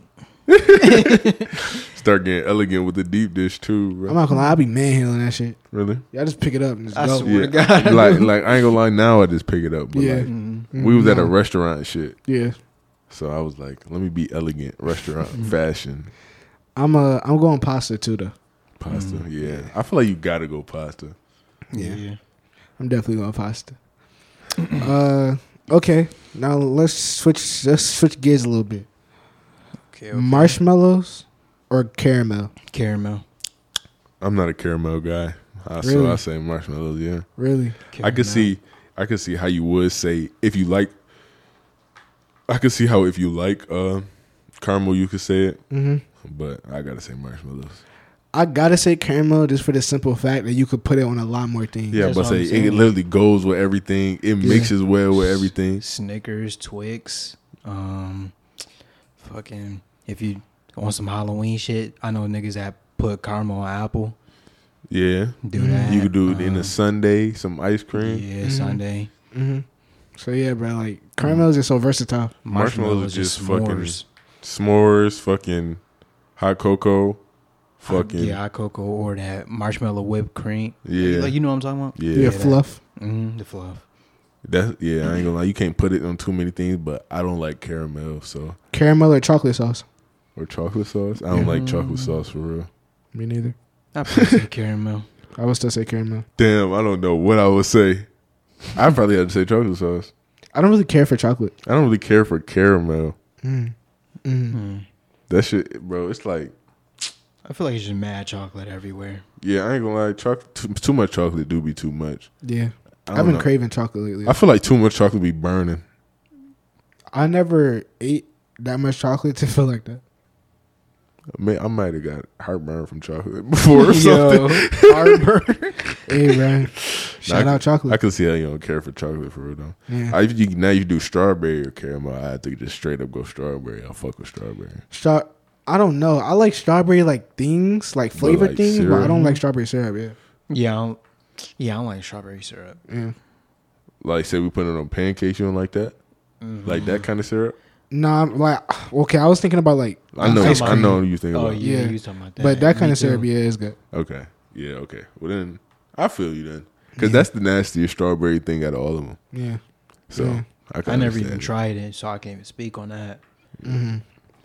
Speaker 2: Start getting elegant with the deep dish too, bro.
Speaker 1: I'm not gonna lie, I'll be manhandling that shit.
Speaker 2: really?
Speaker 1: Y'all just pick it up and just
Speaker 3: I
Speaker 1: go.
Speaker 3: swear to God. [laughs]
Speaker 2: like, like I ain't gonna lie. Now I just pick it up. But
Speaker 1: Yeah. Mm-hmm.
Speaker 2: like,
Speaker 3: mm.
Speaker 2: we was at
Speaker 1: No.
Speaker 2: a restaurant, and shit.
Speaker 1: Yeah.
Speaker 2: So I was like, let me be elegant, restaurant,
Speaker 1: Mm-hmm.
Speaker 2: fashion,
Speaker 1: I'm uh I'm going pasta too though.
Speaker 2: pasta.
Speaker 1: Mm-hmm.
Speaker 2: yeah. I feel like you gotta go pasta.
Speaker 1: Yeah. I'm definitely going [clears throat] pasta. uh okay. Now let's switch let's switch gears a little bit.
Speaker 3: Okay,
Speaker 1: Marshmallows or caramel?
Speaker 3: Mm. caramel.
Speaker 2: I'm not a caramel guy. I,
Speaker 1: Really?
Speaker 2: So I say marshmallows, yeah.
Speaker 1: Really?
Speaker 2: I could
Speaker 3: Caramel.
Speaker 2: see I could see how you would say if you like I could see how if you like uh caramel you could say it,
Speaker 1: hmm
Speaker 2: but I gotta say marshmallows.
Speaker 1: I gotta say caramel just for the simple fact that you could put it on a lot more things.
Speaker 2: Yeah,
Speaker 3: That's
Speaker 2: but
Speaker 3: what
Speaker 2: say
Speaker 3: I'm
Speaker 2: it
Speaker 3: saying.
Speaker 2: literally goes with everything. It
Speaker 1: Yeah.
Speaker 2: mixes well with everything.
Speaker 3: Snickers, Twix, um, fucking. If you want some Halloween shit, I know niggas that put caramel on apple.
Speaker 2: Yeah.
Speaker 3: Do
Speaker 1: Mhm.
Speaker 3: that.
Speaker 2: Mm. You could do it in Mm-hmm.
Speaker 3: Um,
Speaker 2: a Sunday, some ice cream.
Speaker 3: Yeah,
Speaker 1: Mhm.
Speaker 3: Sunday.
Speaker 1: hmm So yeah, bro. Like caramels are so versatile.
Speaker 2: Marshmallows is just fucking-
Speaker 3: s'mores.
Speaker 2: S'mores, fucking hot cocoa, fucking
Speaker 3: yeah, hot cocoa or that marshmallow whipped cream.
Speaker 2: Yeah.
Speaker 3: like you know what I'm talking about.
Speaker 2: yeah.
Speaker 1: Yeah,
Speaker 3: that-
Speaker 1: fluff.
Speaker 3: Mm, the fluff.
Speaker 2: That's yeah, I ain't gonna lie. You can't put it on too many things, but I don't like caramel, so
Speaker 1: Caramel or chocolate sauce?
Speaker 2: or chocolate sauce. I don't like chocolate
Speaker 3: Mm.
Speaker 2: sauce for real.
Speaker 1: Me neither.
Speaker 3: I
Speaker 2: [laughs]
Speaker 3: put some caramel.
Speaker 1: I would still say caramel.
Speaker 2: Damn, I don't know what I would say. I probably have to say chocolate sauce.
Speaker 1: I don't really care for chocolate.
Speaker 2: I don't really care for caramel.
Speaker 1: Mm. Mm.
Speaker 3: Mm.
Speaker 2: That shit, bro. It's like,
Speaker 3: I feel like it's just mad chocolate everywhere.
Speaker 2: yeah, I ain't gonna lie. Choc- too, too much chocolate do be too much.
Speaker 1: Yeah,
Speaker 2: I
Speaker 1: I've been
Speaker 2: know.
Speaker 1: craving chocolate lately.
Speaker 2: I feel like too much chocolate be burning.
Speaker 1: I never ate that much chocolate [laughs] to feel like that.
Speaker 2: Man, I might have got heartburn from chocolate [laughs]
Speaker 1: [laughs]
Speaker 2: before [laughs] or something.
Speaker 1: heartburn. hey,
Speaker 2: [laughs]
Speaker 1: man. Shout
Speaker 2: Nah,
Speaker 1: out chocolate.
Speaker 2: I can see how you don't care for chocolate for real though.
Speaker 1: yeah.
Speaker 2: I, you, now you do strawberry or caramel. I think just straight up go strawberry. I fuck with strawberry.
Speaker 1: Stra- I don't know. I like strawberry like things, like flavored
Speaker 2: like
Speaker 1: things, but I
Speaker 2: syrup?
Speaker 1: don't like strawberry syrup. Yeah,
Speaker 3: Yeah, I don't, yeah, I don't like strawberry syrup.
Speaker 1: yeah.
Speaker 2: Like say we put it on pancakes. You don't like that?
Speaker 3: Mm-hmm.
Speaker 2: Like that kind of syrup?
Speaker 1: Nah, I'm like [sighs] okay. I was thinking about like
Speaker 2: I know.
Speaker 1: ice
Speaker 2: I
Speaker 1: cream,
Speaker 2: know what you think about.
Speaker 3: Oh yeah,
Speaker 1: Yeah.
Speaker 3: you was talking about that.
Speaker 1: but that kind
Speaker 3: Me
Speaker 1: of syrup,
Speaker 3: too.
Speaker 1: yeah, is good.
Speaker 2: Okay. Yeah. Okay. Well then, I feel you then, because that's the nastiest strawberry thing out of all of them.
Speaker 1: Yeah,
Speaker 2: So
Speaker 1: Yeah.
Speaker 2: I, can
Speaker 3: I never
Speaker 2: understand
Speaker 3: even
Speaker 2: it.
Speaker 3: tried it, so I can't even speak on that.
Speaker 1: hmm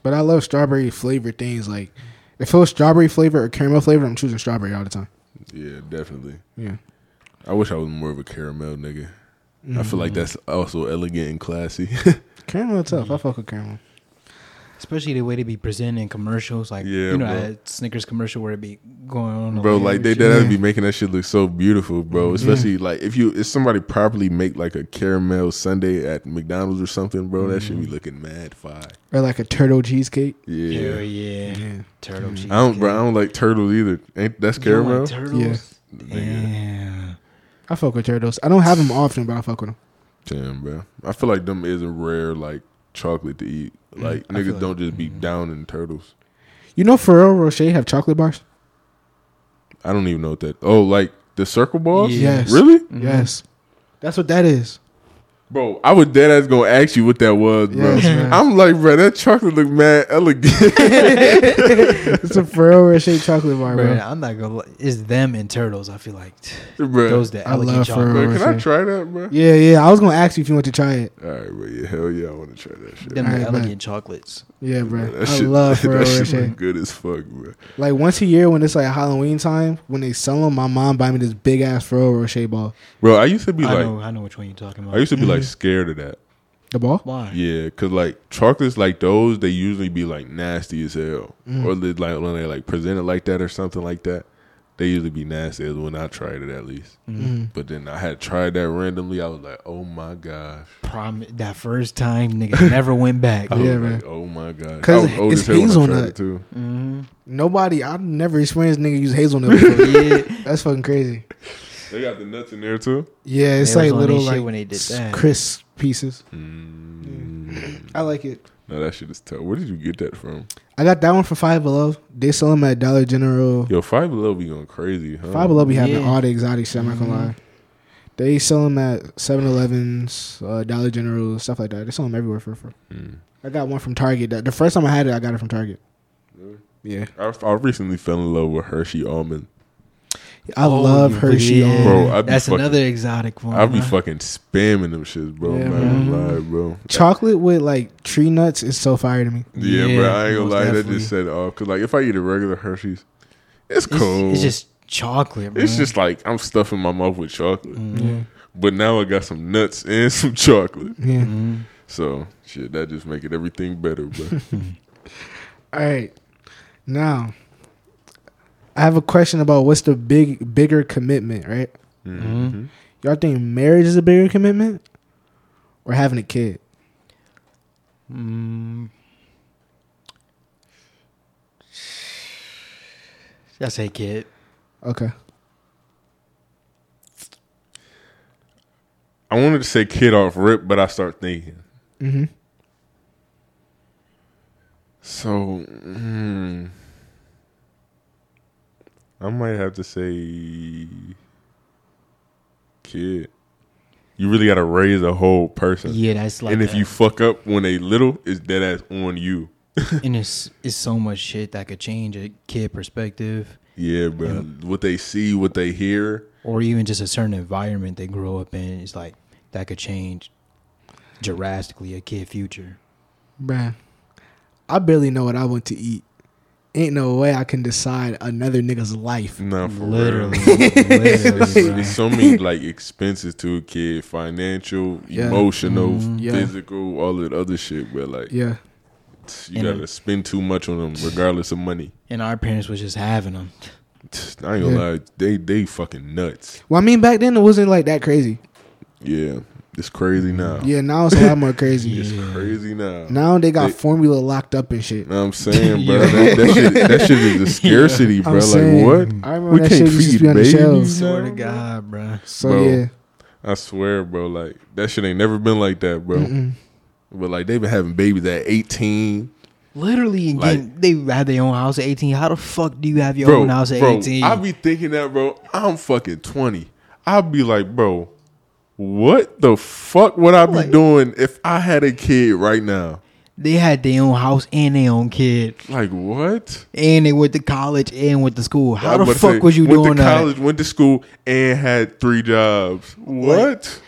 Speaker 1: but I love strawberry flavored things. Like if it was strawberry flavored or caramel flavored, I'm choosing strawberry all the time.
Speaker 2: Yeah, definitely.
Speaker 1: Yeah,
Speaker 2: I wish I was more of a caramel nigga. I feel like that's also elegant and classy.
Speaker 1: Mm-hmm.
Speaker 2: [laughs]
Speaker 1: caramel tough.
Speaker 3: Mm-hmm.
Speaker 1: I fuck with caramel.
Speaker 3: Especially the way they be presenting commercials, like
Speaker 2: Yeah,
Speaker 3: you know
Speaker 2: bro.
Speaker 3: that Snickers commercial where it be going on,
Speaker 2: bro,
Speaker 3: over
Speaker 2: like
Speaker 3: and
Speaker 2: they
Speaker 3: shit.
Speaker 2: that
Speaker 1: Yeah.
Speaker 2: be making that shit look so beautiful, bro. Especially like if you if somebody properly make like a caramel sundae at McDonald's or something, bro, that should be looking mad fire.
Speaker 1: Or like a turtle cheesecake.
Speaker 2: Yeah. Mm.
Speaker 3: Yeah, yeah,
Speaker 1: Yeah.
Speaker 3: turtle cheese.
Speaker 2: I don't, bro. I don't like turtles either. Ain't that's caramel?
Speaker 3: Like turtles?
Speaker 2: Nigga.
Speaker 3: Yeah.
Speaker 1: I fuck with turtles. I don't have them often, but I fuck with them.
Speaker 2: Damn, bro. I feel like them is a rare like chocolate to eat. Like
Speaker 3: I feel
Speaker 2: niggas
Speaker 3: like-
Speaker 2: don't just be down in turtles.
Speaker 1: You know, Ferrero Rocher have chocolate bars.
Speaker 2: I don't even know what that. Oh, like the circle balls?
Speaker 3: Yeah.
Speaker 1: Yes,
Speaker 2: Really,
Speaker 3: Mhm.
Speaker 1: Yes, that's what that
Speaker 3: [laughs]
Speaker 1: is. [laughs]
Speaker 2: bro? I was dead ass gonna ask you what that was, bro.
Speaker 1: Yes, man.
Speaker 2: I'm like, bro, that chocolate look mad elegant. [laughs]
Speaker 1: It's a Ferrero Rocher chocolate bar,
Speaker 3: Bro,
Speaker 1: bro.
Speaker 3: I'm not gonna. Li- it's them and turtles. I feel like
Speaker 2: bro.
Speaker 3: those the
Speaker 1: I
Speaker 3: elegant
Speaker 1: love
Speaker 3: chocolate.
Speaker 2: Bro,
Speaker 1: Ferrero
Speaker 2: can I
Speaker 1: Rocher.
Speaker 2: try that, bro?
Speaker 1: Yeah, yeah. I was gonna ask you if you want to try it.
Speaker 2: All right, bro. Yeah, hell yeah, I want to try that shit.
Speaker 3: Them
Speaker 1: Alright,
Speaker 3: the
Speaker 1: bet.
Speaker 3: elegant chocolates.
Speaker 1: Yeah, bro.
Speaker 2: That
Speaker 1: I
Speaker 2: shit-
Speaker 1: love Ferrero
Speaker 2: [laughs] that shit
Speaker 1: Rocher.
Speaker 2: look good as fuck, bro.
Speaker 1: Like once a year when it's like Halloween time, when they sell them, my mom buy me this big ass Ferrero Rocher ball.
Speaker 2: Bro, I used to be
Speaker 3: I
Speaker 2: like,
Speaker 3: know. I know which one you're talking about.
Speaker 2: I used to be like
Speaker 1: Mhm.
Speaker 2: scared of that.
Speaker 1: The ball?
Speaker 3: Why?
Speaker 2: Yeah, cause like chocolates like those, they usually be like nasty as hell,
Speaker 1: Mm.
Speaker 2: or they, like when they like presented like that or something like that, they usually be nasty. As when I tried it, at least.
Speaker 3: Mm.
Speaker 1: Mm.
Speaker 2: But then I had tried that randomly. I was like, oh my gosh.
Speaker 3: Prom- that first
Speaker 2: [laughs]
Speaker 3: time, nigga, never went back.
Speaker 2: I was
Speaker 1: Yeah,
Speaker 2: like,
Speaker 1: man.
Speaker 2: oh my gosh.
Speaker 1: 'Cause
Speaker 2: I was old
Speaker 1: it's
Speaker 2: as hell when I tried
Speaker 1: hazelnut.
Speaker 2: it too.
Speaker 3: Mm-hmm.
Speaker 1: Nobody, I've never experienced nigga use hazelnut before.
Speaker 2: [laughs]
Speaker 3: Yeah.
Speaker 1: That's fucking crazy.
Speaker 2: They got the nuts in there too.
Speaker 1: Yeah, it's like
Speaker 3: They was on
Speaker 1: little
Speaker 3: they shit
Speaker 1: like
Speaker 3: when they did
Speaker 1: s-
Speaker 3: that.
Speaker 1: crisp pieces.
Speaker 2: Mm.
Speaker 1: I like it.
Speaker 2: No, that shit is tough. Where did you get that from?
Speaker 1: I got that one for Five Below. They sell them at Dollar General.
Speaker 2: Yo, Five Below be going crazy, huh?
Speaker 1: Five Below be having
Speaker 3: Yeah.
Speaker 1: all the exotic shit. I'm not gonna
Speaker 3: Mhm.
Speaker 1: lie. They sell them at 7-Elevens, uh, Dollar General, stuff like that. They sell them everywhere for for.
Speaker 2: Mm.
Speaker 1: I got one from Target. That- The first time I had it, I got it from Target.
Speaker 2: Really?
Speaker 1: Yeah.
Speaker 2: I, I recently fell in love with Hershey almond.
Speaker 1: I Oh, love
Speaker 3: you-
Speaker 1: Hershey.
Speaker 3: yeah.
Speaker 1: Bro,
Speaker 2: Oh, Bro, I be
Speaker 3: That's
Speaker 2: fucking-
Speaker 3: another exotic one.
Speaker 2: I be
Speaker 3: huh?
Speaker 2: fucking spamming them shits, bro.
Speaker 1: Yeah,
Speaker 2: I'm not gonna
Speaker 3: bro.
Speaker 2: lie, bro.
Speaker 1: chocolate with like tree nuts is so fire to me.
Speaker 2: Yeah,
Speaker 3: Yeah,
Speaker 2: bro. I ain't gonna
Speaker 3: most
Speaker 2: lie. That
Speaker 3: definitely.
Speaker 2: just set it off. Cause like if I eat a regular Hershey's, it's
Speaker 3: It's,
Speaker 2: cool.
Speaker 3: it's just chocolate. Bro.
Speaker 2: It's just like I'm stuffing my mouth with chocolate.
Speaker 3: Mhm.
Speaker 2: But now I got some nuts and [laughs] some chocolate.
Speaker 1: Yeah.
Speaker 3: Mhm.
Speaker 2: So shit, that just make it everything better,
Speaker 3: [laughs]
Speaker 2: bro.
Speaker 1: All right. Now, I have a question about what's the big bigger commitment, right?
Speaker 3: Mm-hmm.
Speaker 2: Mhm.
Speaker 1: Y'all think marriage is a bigger commitment or having a kid?
Speaker 3: Mm. I say kid.
Speaker 1: Okay.
Speaker 2: I wanted to say kid off rip, but I start thinking.
Speaker 1: Mm-hmm.
Speaker 2: So mm, I might have to say kid. You really gotta raise a whole person.
Speaker 3: Yeah, that's like.
Speaker 2: and if
Speaker 3: a-
Speaker 2: you fuck up when they little, it's dead ass on you.
Speaker 3: and it's it's so much shit that could change a kid perspective,
Speaker 2: Yeah, bro. What they see, what they hear.
Speaker 3: or even just a certain environment they grow up in. It's like that could change drastically a kid future.
Speaker 1: Bruh. I barely know what I want to eat. Ain't no way I can decide another nigga's life.
Speaker 2: Nah, for [laughs]
Speaker 3: Literally,
Speaker 1: [laughs]
Speaker 2: real.
Speaker 3: literally,
Speaker 2: [laughs]
Speaker 3: bro.
Speaker 2: There's so many like expenses to a kid, financial,
Speaker 1: Yeah. Mm-hmm.
Speaker 2: emotional,
Speaker 1: Yeah.
Speaker 2: physical, all that other shit. But like,
Speaker 1: Yeah.
Speaker 2: you
Speaker 3: And-
Speaker 2: gotta spend too
Speaker 1: [laughs]
Speaker 2: much on them, regardless of money.
Speaker 3: and our parents was just having them.
Speaker 2: I ain't gonna
Speaker 1: Yeah.
Speaker 2: lie, they they fucking nuts.
Speaker 1: Well, I mean, back then it wasn't like that crazy.
Speaker 2: Yeah, it's crazy now.
Speaker 1: Mm-hmm. Yeah, now it's a lot more crazy.
Speaker 2: It's
Speaker 3: Yeah.
Speaker 2: crazy now.
Speaker 1: Now they got
Speaker 2: They-
Speaker 1: formula locked up and shit.
Speaker 2: Know what I'm
Speaker 1: [laughs]
Speaker 2: saying, bro.
Speaker 3: Yeah.
Speaker 2: That, that shit, that shit is a scarcity, bro.
Speaker 1: I'm
Speaker 2: like
Speaker 1: saying,
Speaker 2: what?
Speaker 1: I remember that shit used to be on the
Speaker 2: babies
Speaker 1: shelves.
Speaker 2: now,
Speaker 3: Swear to
Speaker 2: bro.
Speaker 3: God, bro.
Speaker 1: So
Speaker 2: Bro.
Speaker 1: yeah.
Speaker 2: I swear, bro. Like that shit ain't never been like that, bro.
Speaker 1: Mm-mm.
Speaker 2: But like they been having babies at 18.
Speaker 3: Literally, again,
Speaker 2: Like-
Speaker 3: they had their own house at eighteen. How the fuck do you have your
Speaker 2: bro,
Speaker 3: own house at
Speaker 2: bro,
Speaker 3: eighteen?
Speaker 2: I be thinking that, bro. I'm fucking 20. I'll be like, bro, what the fuck would I be
Speaker 3: Like-
Speaker 2: doing if I had a kid right now?
Speaker 3: they had their own house and their own kid,
Speaker 2: Like what?
Speaker 3: and they went to college and went to school. How
Speaker 2: I'm
Speaker 3: the
Speaker 2: about to
Speaker 3: fuck
Speaker 2: say,
Speaker 3: was you
Speaker 2: went
Speaker 3: doing
Speaker 2: to
Speaker 3: that?
Speaker 2: college, went to school, and had three jobs. What?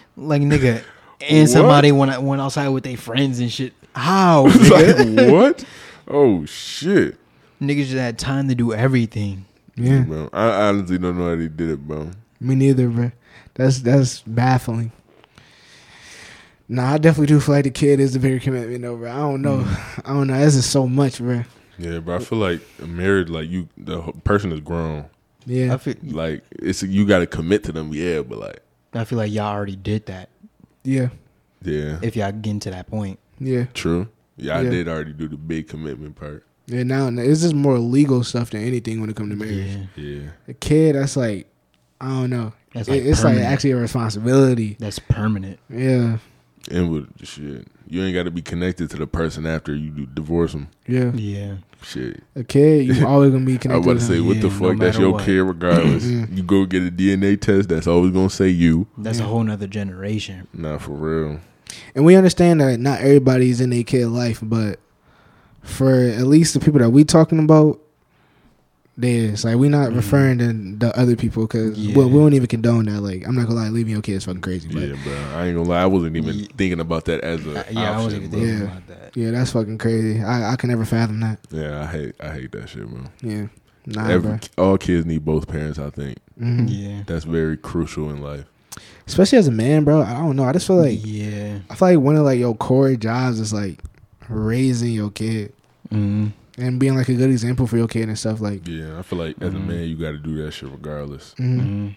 Speaker 1: [laughs]
Speaker 3: Like nigga, and
Speaker 2: What?
Speaker 3: somebody went went outside with their friends and shit.
Speaker 1: [laughs]
Speaker 3: How
Speaker 2: It's
Speaker 3: [laughs] nigga?
Speaker 2: like what? Oh shit!
Speaker 3: niggas just had time to do everything?
Speaker 1: Yeah.
Speaker 2: Bro, I honestly don't know how they did it, bro.
Speaker 1: Me neither, bro. That's that's baffling. Nah, I definitely do feel like the kid is the bigger commitment, though, bro. I don't know. [laughs] I don't know. This is so much, bro.
Speaker 2: Yeah, but I feel like married, like you, the ho- person is grown.
Speaker 1: Yeah.
Speaker 3: I feel
Speaker 2: Like it's you got to commit to them. Yeah, but like,
Speaker 3: I feel like y'all already did that.
Speaker 1: yeah.
Speaker 2: yeah,
Speaker 3: If y'all getting to that point,
Speaker 1: Yeah.
Speaker 2: true. Yeah, I
Speaker 1: Yeah.
Speaker 2: did already do the big commitment part.
Speaker 1: Yeah. Now, now it's just more legal stuff than anything when it comes to marriage.
Speaker 3: yeah,
Speaker 2: Yeah,
Speaker 1: A kid, that's like, I don't know.
Speaker 3: That's
Speaker 1: It-
Speaker 3: like
Speaker 1: it's like
Speaker 3: permanent.
Speaker 1: actually a responsibility.
Speaker 3: that's permanent.
Speaker 1: Yeah.
Speaker 2: and with shit, you ain't got to be connected to the person after you do divorce them.
Speaker 1: Yeah.
Speaker 3: Yeah,
Speaker 2: Shit,
Speaker 1: A kid, you always gonna be
Speaker 2: I was
Speaker 1: connected. Mm-hmm.
Speaker 2: about to
Speaker 1: with
Speaker 2: say,
Speaker 1: him.
Speaker 2: what the
Speaker 3: Yeah, no
Speaker 2: fuck? that's
Speaker 3: matter
Speaker 2: your
Speaker 3: what.
Speaker 2: kid, regardless. you go get a DNA test. That's always gonna say you.
Speaker 3: that's a whole nother generation.
Speaker 2: Nah, for real.
Speaker 1: And we understand that not everybody's in their kid life, but for at least the people that we talking about, they is like we not referring to the other people because
Speaker 3: Mm-hmm. Yeah.
Speaker 1: well, we don't even condone that. Like I'm not gonna lie, leaving your kids fucking crazy, but
Speaker 2: Yeah,
Speaker 1: yeah,
Speaker 2: bro. I ain't gonna lie. I wasn't even
Speaker 3: Ye-
Speaker 2: thinking about that as a
Speaker 3: Uh,
Speaker 2: option,
Speaker 3: yeah, I wasn't even
Speaker 2: bro.
Speaker 3: thinking
Speaker 1: Yeah.
Speaker 3: about that.
Speaker 1: that's fucking crazy. I I can never fathom that.
Speaker 2: Yeah, I hate I hate that shit, bro.
Speaker 1: Yeah, nah,
Speaker 2: Every,
Speaker 1: bro.
Speaker 2: all kids need both parents. I think
Speaker 1: hmm
Speaker 3: Yeah,
Speaker 2: that's very crucial in life.
Speaker 1: Especially as a man, bro. I don't know. I just feel like
Speaker 3: yeah.
Speaker 1: I feel like one of like your core jobs is like raising your kid
Speaker 3: Mm.
Speaker 1: and being like a good example for your kid and stuff like.
Speaker 2: Yeah, I feel like as a
Speaker 3: Mhm.
Speaker 2: man, you got to do that shit regardless.
Speaker 1: mhm.
Speaker 3: Mm.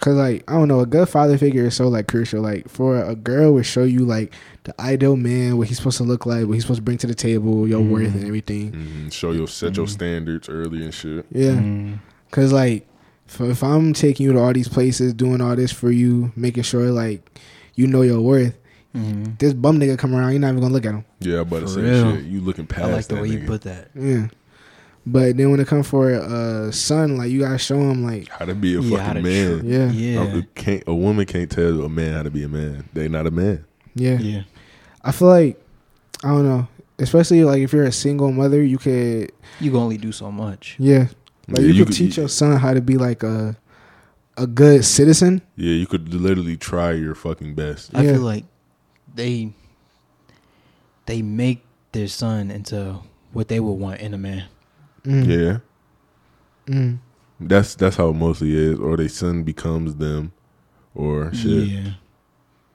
Speaker 1: Cause like I don't know, a good father figure is so like crucial. Like for a girl would show you like the ideal man, what he's supposed to look like, what he's supposed to bring to the table, your
Speaker 3: Mhm.
Speaker 1: worth and everything.
Speaker 2: Mhm. Show your set your
Speaker 3: Mhm.
Speaker 2: standards early and shit.
Speaker 1: Yeah,
Speaker 3: Mm.
Speaker 1: cause like if, if I'm taking you to all these places, doing all this for you, making sure like you know your worth,
Speaker 3: Mm.
Speaker 1: this bum nigga come around, you're not even gonna look at him.
Speaker 2: Yeah, I'm about to
Speaker 3: For
Speaker 2: say
Speaker 3: real.
Speaker 2: shit. You looking past
Speaker 3: I like the
Speaker 2: that
Speaker 3: way you
Speaker 2: nigga.
Speaker 3: put that.
Speaker 1: Yeah, but then when it comes for a son, like you gotta show him like
Speaker 2: how to be a
Speaker 3: Yeah, how
Speaker 2: fucking
Speaker 3: to
Speaker 2: man.
Speaker 3: treat-
Speaker 1: yeah,
Speaker 3: Yeah,
Speaker 2: Um, it can't a woman can't tell a man how to be a man. They not a man.
Speaker 1: yeah.
Speaker 3: yeah.
Speaker 1: I feel like I don't know, especially like if you're a single mother, you could
Speaker 3: You can only do so much.
Speaker 1: yeah, Like
Speaker 2: Yeah,
Speaker 1: you, could
Speaker 2: could-
Speaker 1: teach your son how to be like a a good citizen.
Speaker 2: e, Yeah, you could literally try your fucking best.
Speaker 1: Yeah.
Speaker 3: I feel like they they make their son into what they would want in a man. Mm-hmm.
Speaker 1: Mm,
Speaker 2: Yeah,
Speaker 1: mm.
Speaker 2: that's that's how it mostly is. Or they son becomes them, or shit. Yeah,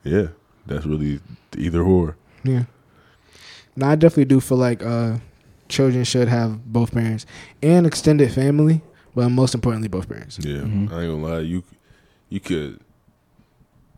Speaker 3: Yeah.
Speaker 2: that's really either or.
Speaker 1: Yeah. No, I definitely do feel like uh, children should have both parents and extended family, but most importantly, both parents.
Speaker 2: Yeah,
Speaker 3: Mhm.
Speaker 2: I ain't gonna lie. You you could.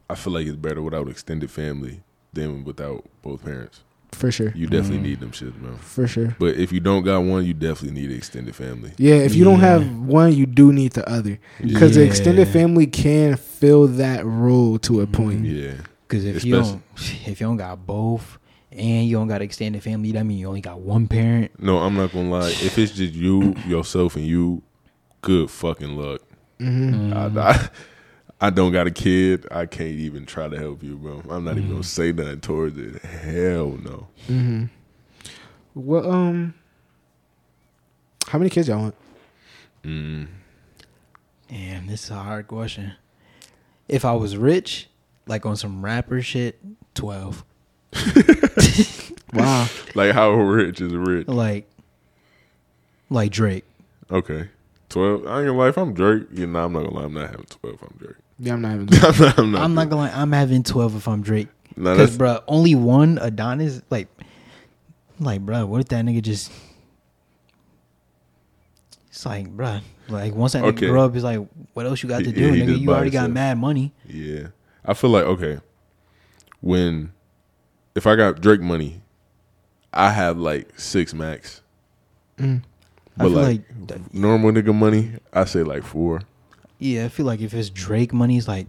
Speaker 2: I feel like it's better without extended family than without both parents.
Speaker 1: For sure.
Speaker 2: You definitely
Speaker 3: Mhm.
Speaker 2: need them shits, man.
Speaker 1: For sure.
Speaker 2: But if you don't got one, you definitely need extended family.
Speaker 1: Yeah, if you don't
Speaker 3: Yeah.
Speaker 1: have one, you do need the other. Because the
Speaker 3: Yeah.
Speaker 1: extended family can fill that role to a point.
Speaker 2: Yeah,
Speaker 3: Because if you
Speaker 2: Especially-
Speaker 3: don't if you don't got both and you don't got extended family, that mean you only got one parent.
Speaker 2: no, I'm not gonna lie. If it's just you, yourself, and you, good fucking luck.
Speaker 1: hmm
Speaker 3: Mm.
Speaker 2: I, I, I don't got a kid. I can't even try to help you, bro. I'm not even
Speaker 3: Mm.
Speaker 2: gonna say nothing towards it. Hell no.
Speaker 1: hmm Well, um, how many kids y'all want?
Speaker 2: Mm.
Speaker 3: Damn, this is a hard question. If I was rich, like on some rapper shit, twelve.
Speaker 1: Wow.
Speaker 2: Like how rich is rich?
Speaker 3: Like like Drake.
Speaker 2: Okay, twelve. I ain't gonna lie. If I'm Drake, you know, I'm not gonna lie. I'm not having twelve. if I'm Drake. [laughs]
Speaker 1: yeah, I'm not even.
Speaker 2: I'm not. I'm not,
Speaker 3: I'm not gonna lie, I'm having twelve if I'm Drake.
Speaker 2: Nah,
Speaker 3: Because
Speaker 2: that's,
Speaker 3: bro, only one Adonis like like bro, what if that nigga just it's like, bruh, like once that
Speaker 2: Okay.
Speaker 3: nigga grow up, it's like, what else you got to
Speaker 2: He-
Speaker 3: do,
Speaker 2: yeah, he
Speaker 3: nigga?
Speaker 2: just
Speaker 3: You
Speaker 2: by
Speaker 3: already got
Speaker 2: himself.
Speaker 3: mad money.
Speaker 2: yeah. I feel like okay. When, if I got Drake money, I have like six max.
Speaker 3: Mm. I
Speaker 2: But
Speaker 3: feel
Speaker 2: like,
Speaker 3: like uh, that-
Speaker 2: normal nigga money, I say like four.
Speaker 3: Yeah, I feel like if it's Drake money, it's like,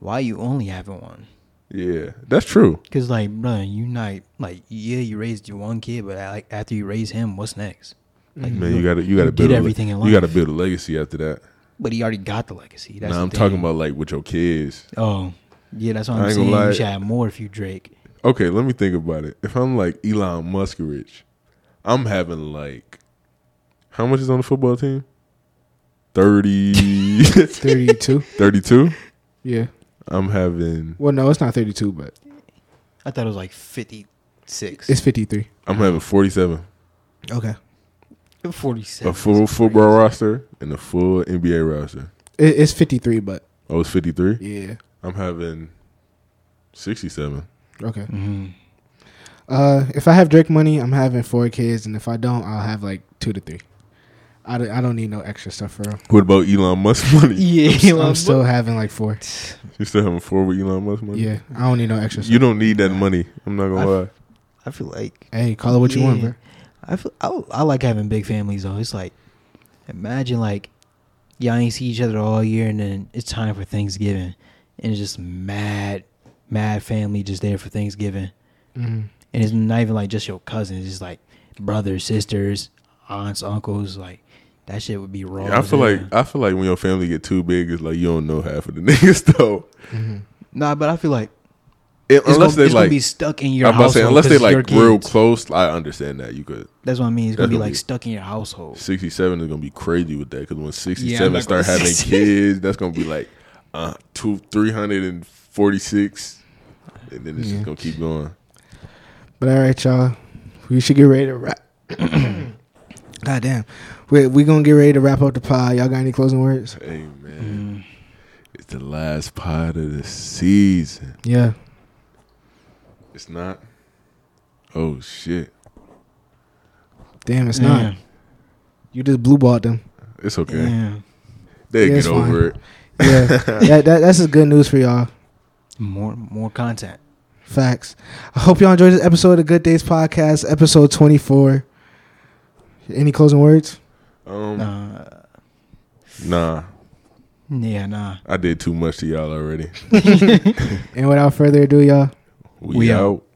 Speaker 3: why you only having one?
Speaker 2: Yeah, that's true.
Speaker 3: Cause like, bro, you not like, yeah, you raised your one kid, but like after you raise him, what's next? Like,
Speaker 2: Man, you gotta you gotta
Speaker 3: Mm-hmm.
Speaker 2: build
Speaker 3: you did
Speaker 2: a,
Speaker 3: everything in life.
Speaker 2: You gotta build a legacy after that.
Speaker 3: but he already got the legacy. That's
Speaker 2: Now
Speaker 3: the
Speaker 2: I'm talking
Speaker 3: thing.
Speaker 2: about like with your kids.
Speaker 3: Oh, yeah, that's
Speaker 2: I
Speaker 3: what I'm
Speaker 2: ain't gonna
Speaker 3: saying.
Speaker 2: lie.
Speaker 3: You should have more if you Drake.
Speaker 2: Okay, let me think about it. If I'm like Elon Musk rich, I'm having like how much is on the football team? [laughs] 30
Speaker 1: Thirty-two.
Speaker 2: 32?
Speaker 1: yeah.
Speaker 2: I'm having
Speaker 1: Well, no, it's not thirty-two, but
Speaker 3: I thought it was like fifty six.
Speaker 1: it's fifty-three.
Speaker 2: I'm having 47.
Speaker 1: Okay.
Speaker 3: forty seven.
Speaker 2: A full football roster and a full NBA roster.
Speaker 1: It, it's fifty-three, but
Speaker 2: Oh, it's 53.
Speaker 1: yeah.
Speaker 2: I'm having 67.
Speaker 1: Okay.
Speaker 3: hmm
Speaker 1: Uh, if I have Drake money, I'm having four kids, and if I don't, I'll have like two to three. I don't, I don't need no extra stuff for [laughs] real.
Speaker 2: What about Elon Musk [laughs] money?
Speaker 3: Yeah,
Speaker 1: I'm still having like four.
Speaker 2: You still having four with Elon Musk money?
Speaker 1: Yeah, I don't need no extra stuff.
Speaker 2: You don't need that money. I'm not gonna lie.
Speaker 3: I feel like
Speaker 1: hey, call it what you want, bro.
Speaker 3: I feel I, I like having big families though. It's like imagine like y'all ain't see each other all year and then it's time for Thanksgiving and it's just mad mad family just there for Thanksgiving
Speaker 1: Mhm.
Speaker 3: and it's not even like just your cousins. It's just like brothers, sisters, aunts, uncles. Like that shit would be raw.
Speaker 2: Yeah, I
Speaker 3: as
Speaker 2: feel
Speaker 3: hell.
Speaker 2: like I feel like when your family get too big, it's like you don't know half of the [laughs] niggas though.
Speaker 3: nah, but I feel like
Speaker 2: It-
Speaker 3: it's
Speaker 2: unless
Speaker 3: gonna,
Speaker 2: they
Speaker 3: it's gonna
Speaker 2: like,
Speaker 3: be stuck in your
Speaker 2: I'm about to
Speaker 3: household.
Speaker 2: say, unless they
Speaker 3: 'cause your
Speaker 2: like real
Speaker 3: kids.
Speaker 2: close, I understand that you could.
Speaker 3: That's what I mean. It's gonna
Speaker 2: That's
Speaker 3: be
Speaker 2: gonna
Speaker 3: like
Speaker 2: be-
Speaker 3: stuck in your household.
Speaker 2: 67 is gonna be crazy with that because when
Speaker 3: Yeah,
Speaker 2: 67
Speaker 3: I'm not
Speaker 2: start
Speaker 3: gonna
Speaker 2: having
Speaker 3: say-
Speaker 2: kids, that's gonna be like uh two three hundred and forty six, and then it's
Speaker 1: Yeah.
Speaker 2: just gonna keep going.
Speaker 1: But all right, y'all, we should get ready to [coughs] wrap. God damn, we we gonna get ready to wrap up the pod. Y'all got any closing words?
Speaker 2: Hey
Speaker 3: Mm.
Speaker 2: man, it's the last part of the season.
Speaker 1: Yeah,
Speaker 2: It's not. Oh shit,
Speaker 1: damn, it's not. You just blue balled them.
Speaker 2: it's okay.
Speaker 3: Yeah.
Speaker 2: They
Speaker 1: Yeah,
Speaker 2: get
Speaker 1: it's fine.
Speaker 2: over it.
Speaker 1: Yeah, that, that that's just good news for y'all.
Speaker 3: More more content.
Speaker 1: Facts. I hope y'all enjoyed this episode of Good Days Podcast, episode twenty four. Any closing words?
Speaker 2: [laughs] Um,
Speaker 3: Uh,
Speaker 2: nah.
Speaker 3: yeah, nah.
Speaker 2: I did too much to y'all already.
Speaker 1: And without further ado, y'all.
Speaker 2: We,
Speaker 3: We out.
Speaker 2: out.